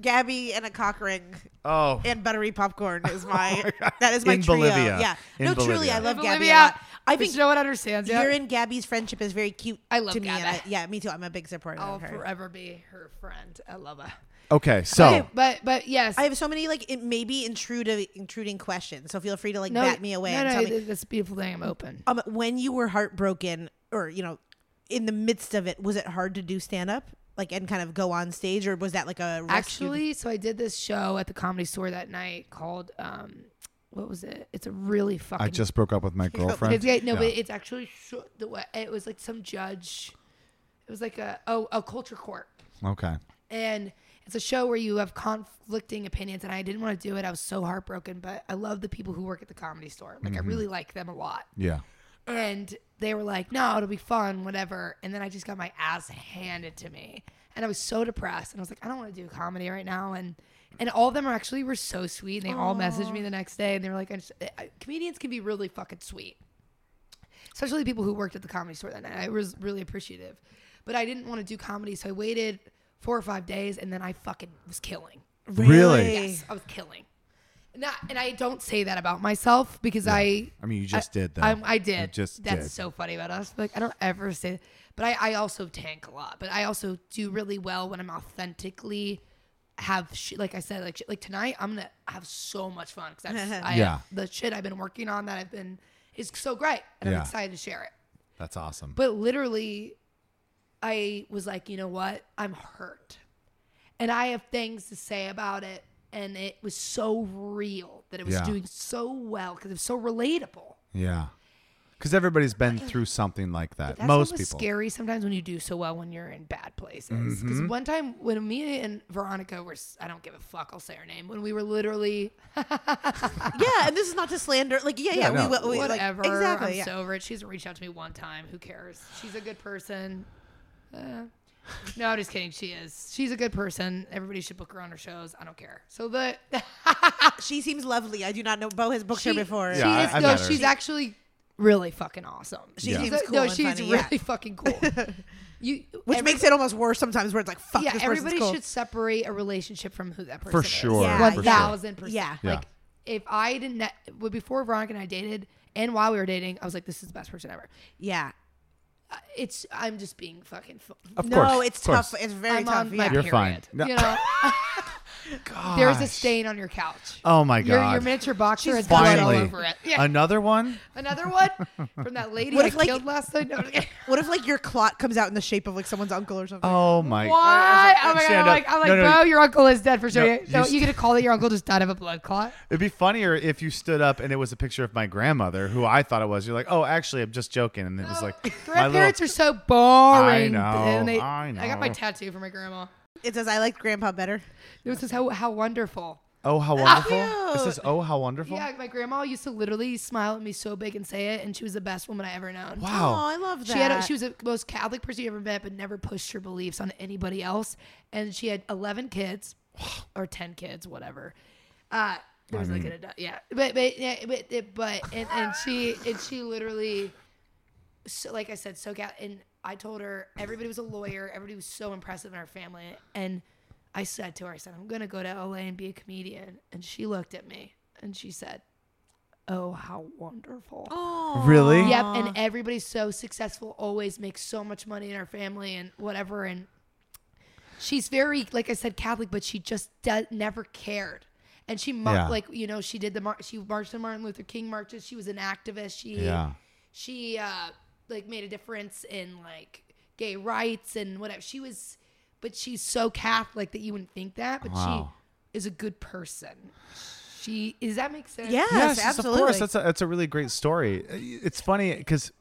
S2: Gabby and a cock ring
S1: Oh.
S2: and buttery popcorn is my, that is my
S1: In
S2: trio.
S1: Bolivia.
S2: Yeah.
S1: In
S2: no, truly,
S1: Bolivia.
S2: I love
S4: But
S2: Gabby. a
S4: Olivia,
S2: lot. I
S4: but
S2: think
S4: no one understands.
S2: you
S4: Yeah,
S2: are in Gabby's friendship is very cute.
S4: I love
S2: to me. and
S4: Gabby. Oh,
S2: I- yeah, me too. I'm a big supporter
S4: I'll
S2: of her.
S4: forever be her friend. I love her.
S1: Okay. So.
S4: Okay, but but yes,
S2: I have so many like it maybe intrusive intruding questions. So feel free to like
S4: no,
S2: bat me away
S4: No,
S2: and
S4: no,
S2: tell me
S4: th- that's a beautiful thing. I'm open.
S2: um, when you were heartbroken or you know in the midst of it was it hard to do stand up like and kind of go on stage or was that like a rescue-
S4: Actually, so I did this show at the comedy store that night called um, what was it? It's a really fucking.
S1: I just broke up with my girlfriend.
S4: It's yeah, no, but
S1: Yeah.
S4: it's actually so, the way it was like some judge. It was like a oh a culture court,
S1: okay.
S4: and It's a show where you have conflicting opinions, and I didn't want to do it. I was so heartbroken, but I love the people who work at the comedy store. Like, I really like them a lot.
S1: Yeah.
S4: And they were like, no, it'll be fun, whatever. And then I just got my ass handed to me. And I was so depressed. And I was like, I don't want to do comedy right now. And and all of them are actually were so sweet. And they all messaged me the next day. And they were like, I just, I- comedians can be really fucking sweet, especially people who worked at the comedy store that night. I was really appreciative. But I didn't want to do comedy. So I waited four or five days. And then I fucking was killing.
S1: Really?
S4: Yes, I was killing. Not, and I don't say that about myself because I.
S1: I mean, you just did, though.
S4: that. I,
S1: You
S4: did.
S1: just
S4: That's
S1: did.
S4: so funny about us. Like I don't ever say, but I, I also tank a lot. But I also do really well when I'm authentically have sh- like I said like sh- like tonight I'm gonna have so much fun because I
S1: Yeah.
S4: the shit I've been working on that I've been is so great and
S1: Yeah.
S4: I'm excited to share it.
S1: That's awesome.
S4: But literally, I was like, you know what? I'm hurt. And I have things to say about it. And it was so real that it was
S1: Yeah.
S4: doing so well because it was so relatable.
S1: yeah. Because everybody's been through something like that.
S4: That's
S1: Most
S4: what was
S1: people.
S4: scary sometimes when you do so well when you're in bad places. Because
S1: Mm-hmm.
S4: one time when me and Veronica were, s- I don't give a fuck, I'll say her name, when we were literally
S2: yeah, and this is not to slander. Like, yeah, yeah,
S1: Yeah, no.
S2: we, we like,
S4: whatever.
S2: exactly.
S4: I'm
S2: yeah.
S4: so over it. She's reached out to me one time. Who cares? She's a good person. Uh, no, I'm just kidding. She is. She's a good person. Everybody should book her on her shows. I don't care. So the
S2: she seems lovely. I do not know. Bo has booked
S4: she,
S2: her before.
S4: She
S1: Yeah, I-
S4: is,
S1: I've
S4: no,
S1: met her.
S4: she's actually really fucking awesome.
S2: She
S1: Yeah.
S4: She's
S2: seems
S4: a-
S2: cool
S4: no,
S2: and
S4: she's
S2: funny,
S4: really
S2: yeah.
S4: fucking cool. You,
S2: Which
S4: every-
S2: makes it almost worse sometimes, where it's like, fuck,
S4: yeah.
S2: this person's
S4: Everybody
S2: cool.
S4: should separate a relationship from who that person
S1: For
S4: is.
S1: sure.
S2: Yeah,
S4: one
S2: for
S4: thousand percent.
S2: Yeah.
S1: Yeah.
S4: Like if I didn't, well, before Veronica and I dated, and while we were dating, I was like, this is the best person ever.
S2: yeah.
S4: it's I'm just being fucking. F-
S1: Of
S2: No,
S1: course.
S2: it's
S1: of course.
S2: tough. It's very
S4: I'm
S2: tough.
S4: on my
S2: yeah.
S1: You're
S4: period.
S1: fine. No.
S4: You know, there's a
S1: Gosh.
S4: stain on your couch.
S1: Oh my
S4: Your, your
S1: God.
S4: miniature boxer has got all
S1: Finally.
S4: over it. Yeah.
S1: Another one?
S4: Another one from that lady
S2: What
S4: I
S2: if, like-
S4: killed last night. No, I'm kidding.
S2: What if like your clot comes out in the shape of like someone's uncle or something?
S1: Oh my.
S4: what? Oh my god! I'm
S1: Stand
S4: like,
S1: up.
S4: I'm like,
S1: No, no,
S4: bro,
S1: you-
S4: your uncle is dead for sure.
S1: No,
S4: No, you,
S1: you st-
S4: get a call that your uncle just died of a blood clot.
S1: It'd be funnier if you stood up and it was a picture of my grandmother, who I thought it was. You're like, oh, actually, I'm just joking. And it was like, my little-
S4: grandparents are so boring.
S1: I
S4: And they-
S1: know, I
S4: got my
S1: know.
S4: tattoo from my grandma.
S2: It says I liked grandpa better.
S4: It says how how wonderful.
S1: oh, how wonderful.
S2: cute.
S1: It says, oh, how wonderful.
S4: Yeah, my grandma used to literally smile at me so big and say it, and she was the best woman I ever known.
S1: Wow.
S2: Oh, I love that.
S4: She had a, she was the most Catholic person you ever met, but never pushed her beliefs on anybody else. And she had eleven kids, or ten kids, whatever. Uh, there was like an adult, yeah, but but yeah, but, it- but and, and she and she literally, so, like I said, so Catholic. And I told her everybody was a lawyer. Everybody was so impressive in our family. And I said to her, I said, I'm gonna go to LA and be a comedian. And she looked at me and she said, Oh, how wonderful!
S1: Really?
S4: Yep, and everybody's so successful, always makes so much money in our family and whatever. And she's very, like I said, Catholic, but she just de- never cared. And she, mar-
S1: Yeah.
S4: like you know, she did the mar- she marched on Martin Luther King marches. She was an activist. She
S1: Yeah.
S4: she uh, like made a difference in like gay rights and whatever. She was, but she's so Catholic that you wouldn't think that. But
S1: Wow.
S4: she is a good person. She does that make sense?
S2: Yeah. Yes,
S1: Yes, yes,
S2: absolutely.
S1: of course. That's a, that's a really great story. It's funny because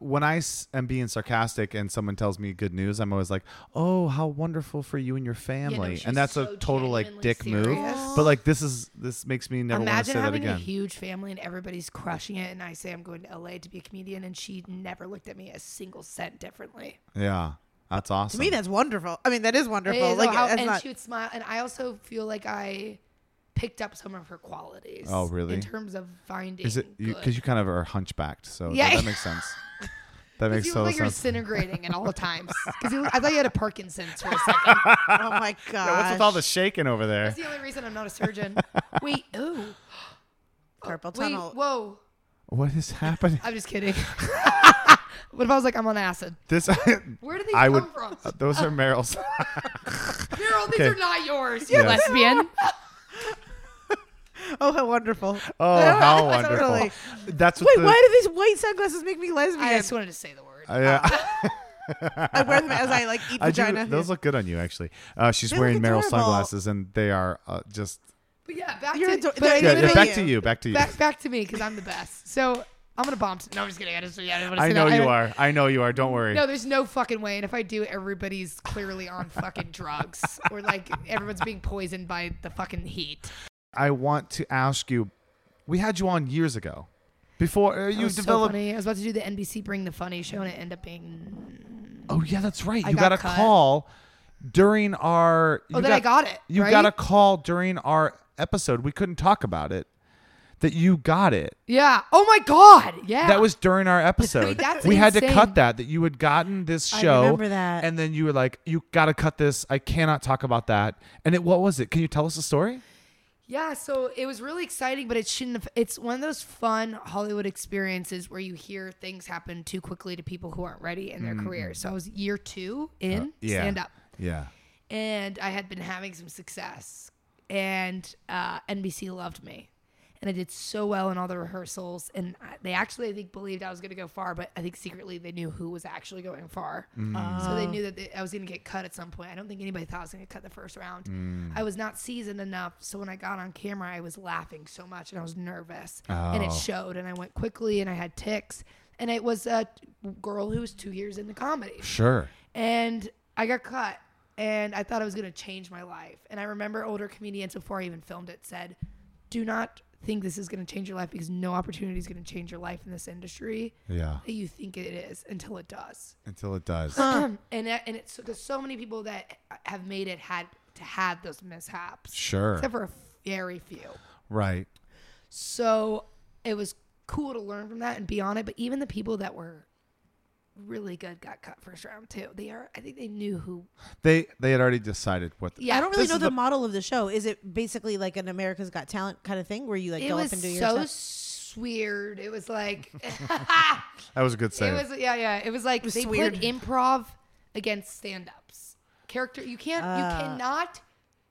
S1: when I s- am being sarcastic and someone tells me good news, I'm always like, "Oh, how wonderful for you and your family,"
S4: she's
S1: and that's
S4: so
S1: a total like
S4: genuinely
S1: dick
S4: serious.
S1: move. But like this is this makes me never want to
S4: Imagine
S1: say that
S4: having a
S1: again.
S4: huge family and everybody's crushing it, and I say I'm going to LA to be a comedian, and she never looked at me a single cent differently.
S1: yeah, that's
S2: to
S1: awesome.
S2: me, that's wonderful. I mean, that is wonderful.
S4: It is,
S2: like,
S4: oh, how-
S2: that's
S4: and
S2: not-
S4: she would smile, and I also feel like I picked up some of her qualities.
S1: Oh, really?
S4: In terms of finding,
S1: is it
S4: good.
S1: because you, kind of are hunchbacked? So
S4: Yeah.
S1: that, that makes sense. That makes
S4: You look
S1: total
S4: like you're
S1: sense.
S4: disintegrating at all times. Because I thought you had a Parkinson's for a second.
S2: oh my god.
S1: Yeah, what's with all the shaking over there?
S4: That's the only reason I'm not a surgeon. Wait, ooh,
S2: purple
S4: wait,
S2: tunnel?
S4: whoa.
S1: What is happening?
S4: I'm just kidding. what if I was like, I'm on acid?
S1: This
S4: Where do these
S1: I
S4: come
S1: would.
S4: from?
S1: Those are Meryl's.
S4: Carol, these
S1: Okay.
S4: are not yours. You
S1: Yeah.
S4: lesbian.
S2: oh, how wonderful.
S1: Oh, how wonderful!
S2: Totally.
S1: That's what
S2: Wait,
S1: the,
S2: why do these white sunglasses make me lesbian?
S4: I
S2: I,
S4: just wanted to say the word.
S1: Yeah,
S2: wear them as I like eat
S1: I do.
S2: vagina.
S1: Those look good on you, actually. Uh, she's
S2: They look
S1: wearing Meryl
S2: adorable.
S1: sunglasses, and they are uh, just.
S4: but yeah, back
S2: You're
S4: to
S2: ador-
S4: but I
S2: Yeah,
S1: Yeah,
S2: Good
S1: yeah,
S4: literally-
S2: on
S1: back to
S2: you.
S1: you. Back to you.
S4: back, back to me because I'm the best. So I'm gonna bomb. T- no, I'm just kidding. I just yeah, I, didn't wanna
S1: I
S4: say
S1: know
S4: that.
S1: you
S4: I-
S1: are. I know you are. Don't worry.
S4: No, there's no fucking way. And if I do, everybody's clearly on fucking drugs or like everyone's being poisoned by the fucking heat.
S1: I want to ask you. We had you on years ago, before uh,
S4: That
S1: you
S4: was so
S1: developed.
S4: funny. I was about to do the NBC Bring the Funny show, and it ended up being.
S1: oh yeah, that's right.
S4: I
S1: you got,
S4: got
S1: a
S4: cut.
S1: call during our. You
S4: Oh, then I got it,
S1: You
S4: right?
S1: got a call during our episode. We couldn't talk about it. That you got it.
S4: Yeah. Oh my god. Yeah.
S1: That was during our episode.
S4: That's
S1: we had to
S4: insane.
S1: cut that. That you had gotten this
S2: I
S1: show.
S2: remember that.
S1: And then you were like, "You got to cut this. I cannot talk about that." And it, what was it? Can you tell us the story?
S4: Yeah, so it was really exciting, but it shouldn't have. It's one of those fun Hollywood experiences where you hear things happen too quickly to people who aren't ready in their career. So I was year two in stand up,
S1: Yeah.
S4: and I had been having some success, and uh, NBC loved me, and I did so well in all the rehearsals, and I, they actually I think believed I was going to go far, but I think secretly they knew who was actually going far, so they knew that they, I was going to get cut at some point. I don't think anybody thought I was going to get cut the first round. I was not seasoned enough, so when I got on camera, I was laughing so much and I was nervous, and it
S1: Oh.
S4: showed, and I went quickly, and I had ticks. And it was a girl who was two years into comedy
S1: Sure.
S4: and I got cut. And I thought it was going to change my life. And I remember older comedians before I even filmed it said, "Do not think this is going to change your life because no opportunity is going to change your life in this industry
S1: Yeah.
S4: that you think it is until it does." Um,
S1: Until it does.
S4: and that, and it's there's so many people that have made it had to have those mishaps,
S1: Sure.
S4: except for a very few.
S1: Right.
S4: So it was cool to learn from that and be on it. But even the people that were really good got cut first round too. They are, I think they knew who.
S1: They they had already decided what.
S4: Yeah,
S2: I don't really
S1: This
S2: know
S1: is
S2: the,
S1: the-
S2: model of the show. Is it basically like an America's Got Talent kind of thing where you like
S4: it
S2: go
S4: was
S2: up and do
S4: so
S2: your stuff?
S4: s- weird. It was like
S1: That was a good
S4: it
S1: save.
S4: was yeah yeah. It was like
S2: was
S4: they
S2: weird.
S4: put improv against stand ups. Character you can't
S2: Ah.
S4: you cannot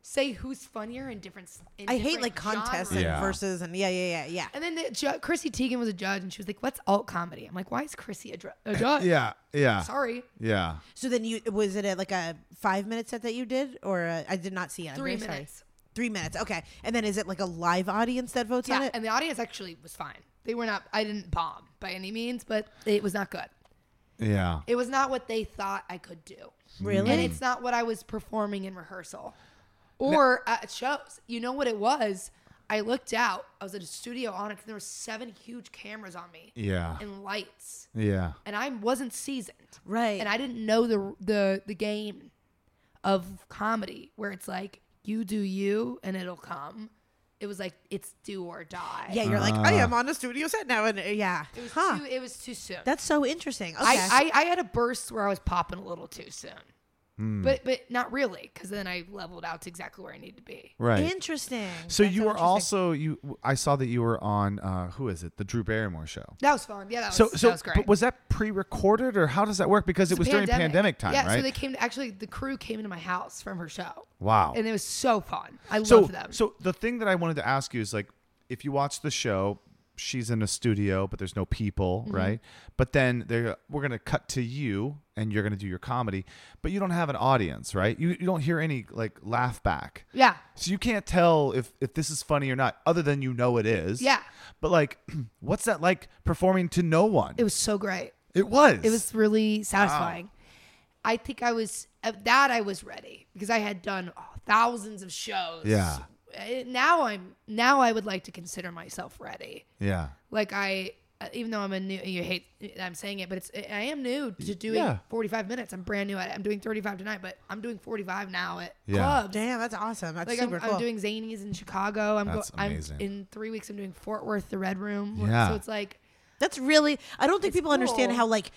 S4: say who's funnier in different. s- In
S2: I hate
S4: different
S2: like contests
S4: genres.
S2: and
S1: Yeah.
S2: verses and yeah, yeah, yeah, yeah.
S4: And then the ju- Chrissy Teigen was a judge, and she was like, "What's alt comedy?" I'm like, "Why is Chrissy a, dr- a judge?"
S1: yeah. Yeah.
S4: Sorry,
S1: Yeah.
S2: So then you was it a, like a five minute set that you did or a, I did not see it. I'm
S4: three
S2: very sorry.
S4: minutes.
S2: Three minutes. Okay. And then is it like a live audience that votes on
S4: Yeah,
S2: it?
S4: and the audience actually was fine. They were not. I didn't bomb by any means, but it was not good.
S1: Yeah.
S4: It was not what they thought I could do.
S2: really?
S4: and it's not what I was performing in rehearsal or at shows. You know what it was? I looked out. I was at a studio on it, and there were seven huge cameras on me
S1: Yeah.
S4: and lights,
S1: Yeah.
S4: and I wasn't seasoned,
S2: right.
S4: and I didn't know the the the game of comedy where it's like you do you and it'll come. It was like it's do or die.
S2: yeah, you're like, I am on a studio set now and uh, yeah.
S4: it was
S2: Huh.
S4: too. It was too soon.
S2: That's so interesting. Okay.
S4: I, I, I had a burst where I was popping a little too soon.
S1: Hmm.
S4: But but not really, because then I leveled out to exactly where I need to be.
S1: Right.
S2: interesting.
S1: so
S2: That's
S1: you were
S2: interesting.
S1: also you. I saw that you were on. Uh, who is it? The Drew Barrymore show.
S4: That was fun. Yeah, that was,
S1: So so
S4: that was great.
S1: but was that pre-recorded or how does that work? Because it was during pandemic time,
S4: yeah,
S1: right?
S4: so they came actually the crew came into my house from her show.
S1: wow.
S4: And it was so fun. I
S1: so
S4: loved them.
S1: so the thing that I wanted to ask you is like, if you watch the show, she's in a studio, but there's no people,
S4: Mm-hmm.
S1: right? But then they're we're gonna cut to you, and you're gonna do your comedy, but you don't have an audience, right? You you don't hear any like laugh back.
S4: yeah.
S1: So you can't tell if if this is funny or not, other than you know it is.
S4: Yeah.
S1: But like, what's that like performing to no one?
S4: It was so great.
S1: It was.
S4: It was really satisfying. I think I was at that I was ready because I had done uh, thousands of shows.
S1: Yeah.
S4: Uh, Now I'm now I would like to consider myself ready.
S1: Yeah.
S4: like I uh, even though I'm a new you hate that I'm saying it but it's I am new to doing
S1: Yeah.
S4: 45 minutes I'm brand new at it I'm doing 35 tonight but I'm doing 45 now at
S1: Yeah.
S4: clubs
S2: Damn, that's awesome. That's
S4: like I'm,
S2: super cool.
S4: I'm doing Zanies in Chicago I'm,
S1: That's
S4: I'm
S1: amazing.
S4: in three weeks I'm doing Fort Worth the Red Room
S1: Yeah.
S4: so it's like
S2: That's really. I don't think people understand
S4: cool.
S2: how like.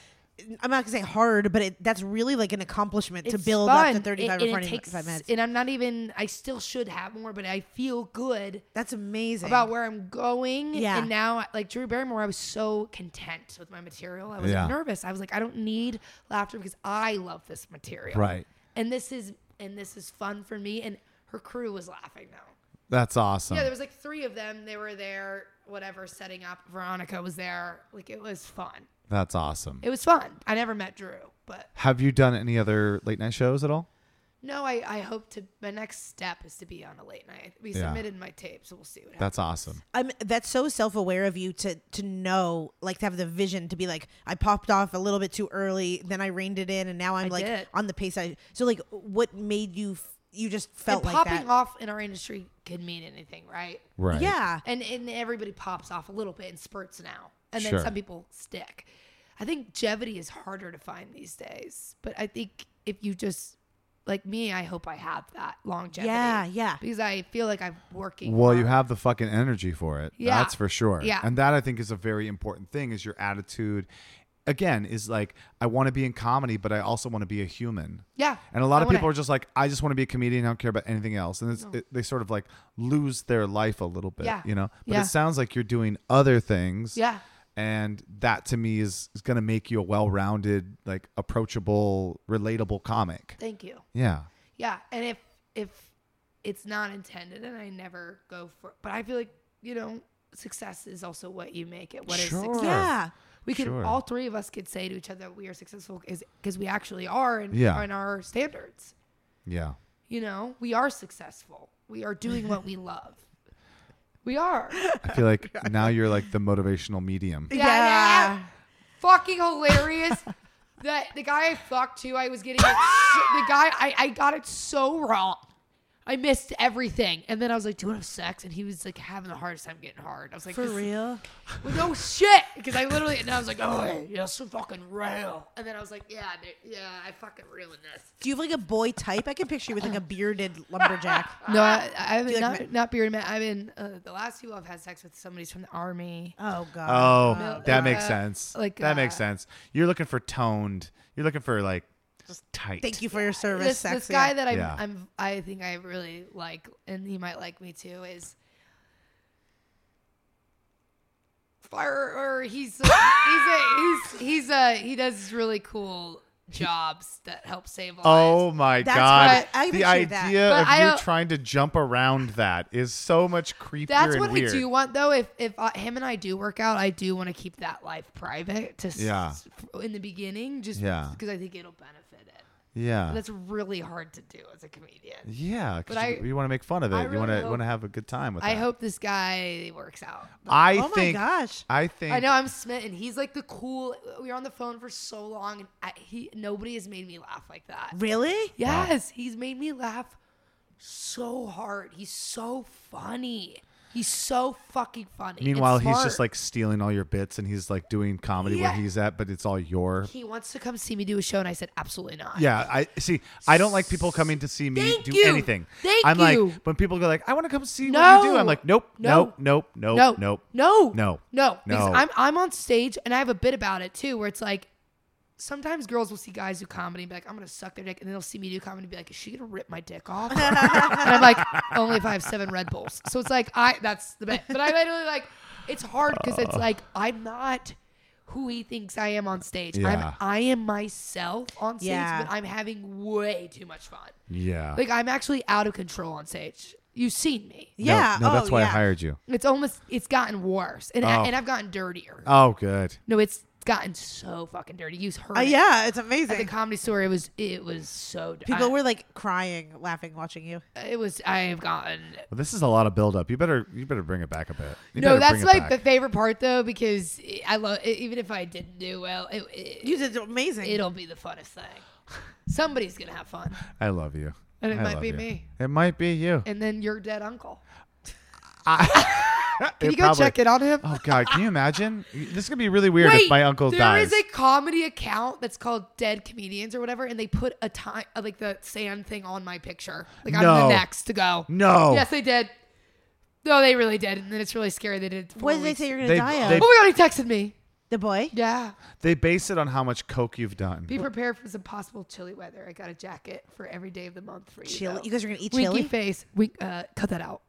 S2: I'm not gonna say hard, but it, that's really like an accomplishment to
S4: it's
S2: build
S4: fun.
S2: up to 35
S4: It-
S2: or
S4: and it
S2: 45
S4: takes-
S2: minutes.
S4: and I'm not even I still should have more but I feel good
S2: that's amazing.
S4: about where I'm going.
S2: Yeah.
S4: And now, like Drew Barrymore, I was so content with my material. I was
S1: Yeah.
S4: nervous. I was like, I don't need laughter because I love this material.
S1: Right.
S4: And this is and this is fun for me. And her crew was laughing though.
S1: That's awesome.
S4: Yeah, there was like three of them. They were there, whatever, setting up. Veronica was there. Like it was fun.
S1: That's awesome.
S4: It was fun. I never met Drew, but
S1: Have you done any other late night shows at all?
S4: No, I, I hope to. My next step is to be on a late night. We
S1: Yeah.
S4: submitted my tape, so we'll see what happens.
S1: That's awesome.
S2: I'm that's so self-aware of you to to know like to have the vision to be like I popped off a little bit too early, then I reined it in, and now I'm
S4: I
S2: like
S4: did.
S2: on the pace. I so like what made you f- you just felt like
S4: and
S2: that?
S4: popping off in our industry could mean anything, right?
S1: Right.
S2: Yeah,
S4: And and everybody pops off a little bit and spurts now, and then
S1: Sure.
S4: some people stick. I think longevity is harder to find these days, but I think if you just like me, I hope I have that longevity.
S2: Yeah, yeah.
S4: Because I feel like I'm working.
S1: Well, you
S4: hard.
S1: have the fucking energy for it.
S4: Um, Yeah.
S1: That's for sure.
S4: Yeah.
S1: And that I think is a very important thing is your attitude again is like I want to be in comedy, but I also want to be a human.
S4: Yeah.
S1: And a lot
S4: I
S1: of
S4: wanna-
S1: people are just like, I just want to be a comedian. I don't care about anything else. And it's, it, they sort of like lose their life a little bit,
S4: Yeah.
S1: you know? But
S4: Yeah.
S1: it sounds like you're doing other things.
S4: Yeah.
S1: And that to me is, is going to make you a well rounded, like approachable, relatable comic.
S4: Thank you.
S1: Yeah.
S4: Yeah, and if if it's not intended, and I never go for, but I feel like you know, success is also what you make it. What is
S1: Sure.
S4: success?
S2: yeah.
S4: We could
S1: Sure.
S4: all three of us could say to each other we are successful because we actually are in,
S1: Yeah.
S4: in our standards.
S1: Yeah.
S4: You know, we are successful. We are doing what we love. We are.
S1: I feel like now you're like the motivational medium.
S4: Yeah. Fucking hilarious. that the guy I fucked to, I was getting it so, the guy I, I got it so wrong. I missed everything. And then I was like, Do you want to have sex? And he was like having the hardest time getting hard. I was like,
S2: For
S4: "This is-
S2: real?
S4: well, no shit. Because I literally, and I was like, oh, yeah, that's so fucking real. And then I was like, yeah, dude, yeah, I fucking ruined this.
S2: Do you have like a boy type? I can picture you with like a bearded lumberjack.
S4: No, I, I haven't,
S2: like
S4: not,
S2: men?
S4: not beer and I've been, uh, the last few I've had sex with somebody's from the army.
S1: Oh,
S2: Oh god.
S1: that makes
S4: uh,
S1: sense.
S4: like,
S1: that makes
S4: uh,
S1: sense. You're looking for toned. You're looking for like just tight.
S2: Thank you for your service,
S4: This,
S2: sexy.
S4: this guy that I'm,
S1: Yeah.
S4: I'm, I think I really like, and he might like me too, is. Fire, or he's he's a, he's he's a he does really cool jobs that help save lives.
S1: Oh my
S2: That's
S1: god!
S2: what- I
S1: the
S2: pictured that.
S1: idea
S4: But
S1: of
S4: I
S1: you
S4: don't-
S1: trying to jump around that is so much creepier
S4: That's
S1: and
S4: what
S1: weird.
S4: I do want though. If if uh, him and I do work out, I do want to keep that life private to s-
S1: Yeah.
S4: s- in the beginning, just
S1: Yeah.
S4: because I think it'll benefit it.
S1: Yeah,
S4: That's really hard to do as a comedian.
S1: yeah. 'cause
S4: But I-
S1: you, want to make fun of it.
S4: I
S1: you
S4: really
S1: want to
S4: hope-
S1: want to have a good time with.
S4: I
S1: that.
S4: hope this guy works out.
S1: I
S2: oh
S1: think.
S2: my gosh.
S1: I think.
S4: I know I'm smitten. He's like the cool. We were on the phone for so long, and I, he nobody has made me laugh like that.
S2: Really?
S4: Yes, he's made me laugh so hard. He's so funny. He's so fucking funny. and
S1: Meanwhile, he's just
S4: smart.
S1: like stealing all your bits, and he's like doing comedy where
S4: Yeah.
S1: he's at, but it's all your.
S4: he wants to come see me do a show, and I said absolutely not.
S1: Yeah, I see. I don't like people coming to see me
S4: Thank
S1: do
S4: you.
S1: anything.
S4: Thank
S1: I'm
S4: you.
S1: like when people go like, "I want to come see what you do." I'm
S4: No.
S1: like, "Nope,
S4: No.
S1: nope, nope, nope,
S4: no,
S1: nope, nope."
S4: no,
S1: No.
S4: no, Because
S1: No.
S4: I'm I'm on stage, and I have a bit about it too, where it's like sometimes girls will see guys do comedy and be like, I'm gonna suck their dick, and then they'll see me do comedy and be like, Is she gonna rip my dick off? and I'm like, Only if I have seven Red Bulls. So it's like I that's the bit, but I literally like it's hard because it's like I'm not. Who he thinks I am on stage.
S1: Yeah.
S4: I'm, I am myself on stage,
S2: Yeah.
S4: but I'm having way too much fun.
S1: Yeah.
S4: Like I'm actually out of control on stage. You've seen me.
S1: No,
S2: Yeah.
S1: No, that's
S2: oh,
S1: why I
S2: yeah.
S1: hired you.
S4: It's almost it's gotten worse, and
S1: Oh.
S4: I, and I've gotten dirtier.
S1: Oh, good.
S4: No, it's gotten so fucking dirty. You heard
S2: Uh,
S4: it.
S2: yeah, it's
S4: At the
S2: amazing.
S4: comedy store, it was it was so dirty.
S2: People were like crying, laughing, watching you.
S4: It was. I have gotten.
S1: Well, this is a lot of buildup. You better you better bring it back a bit. You
S4: no,
S1: better bring
S4: that's
S1: it
S4: like the
S1: back.
S4: favorite part though, because I love e, even if I didn't do well, it, it,
S2: You did amazing.
S4: it'll be the funnest thing. Somebody's gonna have fun,
S1: I love you.
S4: and it
S1: I
S4: might
S1: love
S4: be
S1: you.
S4: me,
S1: It might be you.
S4: and then your dead uncle.
S1: It
S4: Can you go
S1: probably-
S4: check it on him?
S1: Oh God, can you imagine? This is gonna be really weird if my uncle
S4: there
S1: dies.
S4: is a comedy account that's called Dead Comedians or whatever, and they put a time uh, like the sand thing on my picture. Like I'm
S1: No.
S4: the next to go.
S1: No.
S4: Yes, they did. No, they really did, and then it's really scary. They did. it
S2: What
S4: four
S2: did they
S4: weeks.
S2: say you're gonna
S1: They-
S2: die
S1: they-
S2: of?
S4: Oh my god, he texted me.
S2: The boy?
S4: Yeah,
S1: they base it on how much coke you've done.
S4: be prepared for some possible chilly weather. I got a jacket for every day of the month for you.
S2: Chili?
S4: though.
S2: You guys are gonna eat
S4: Winky
S2: chili?
S4: face. Wink, uh, cut that out.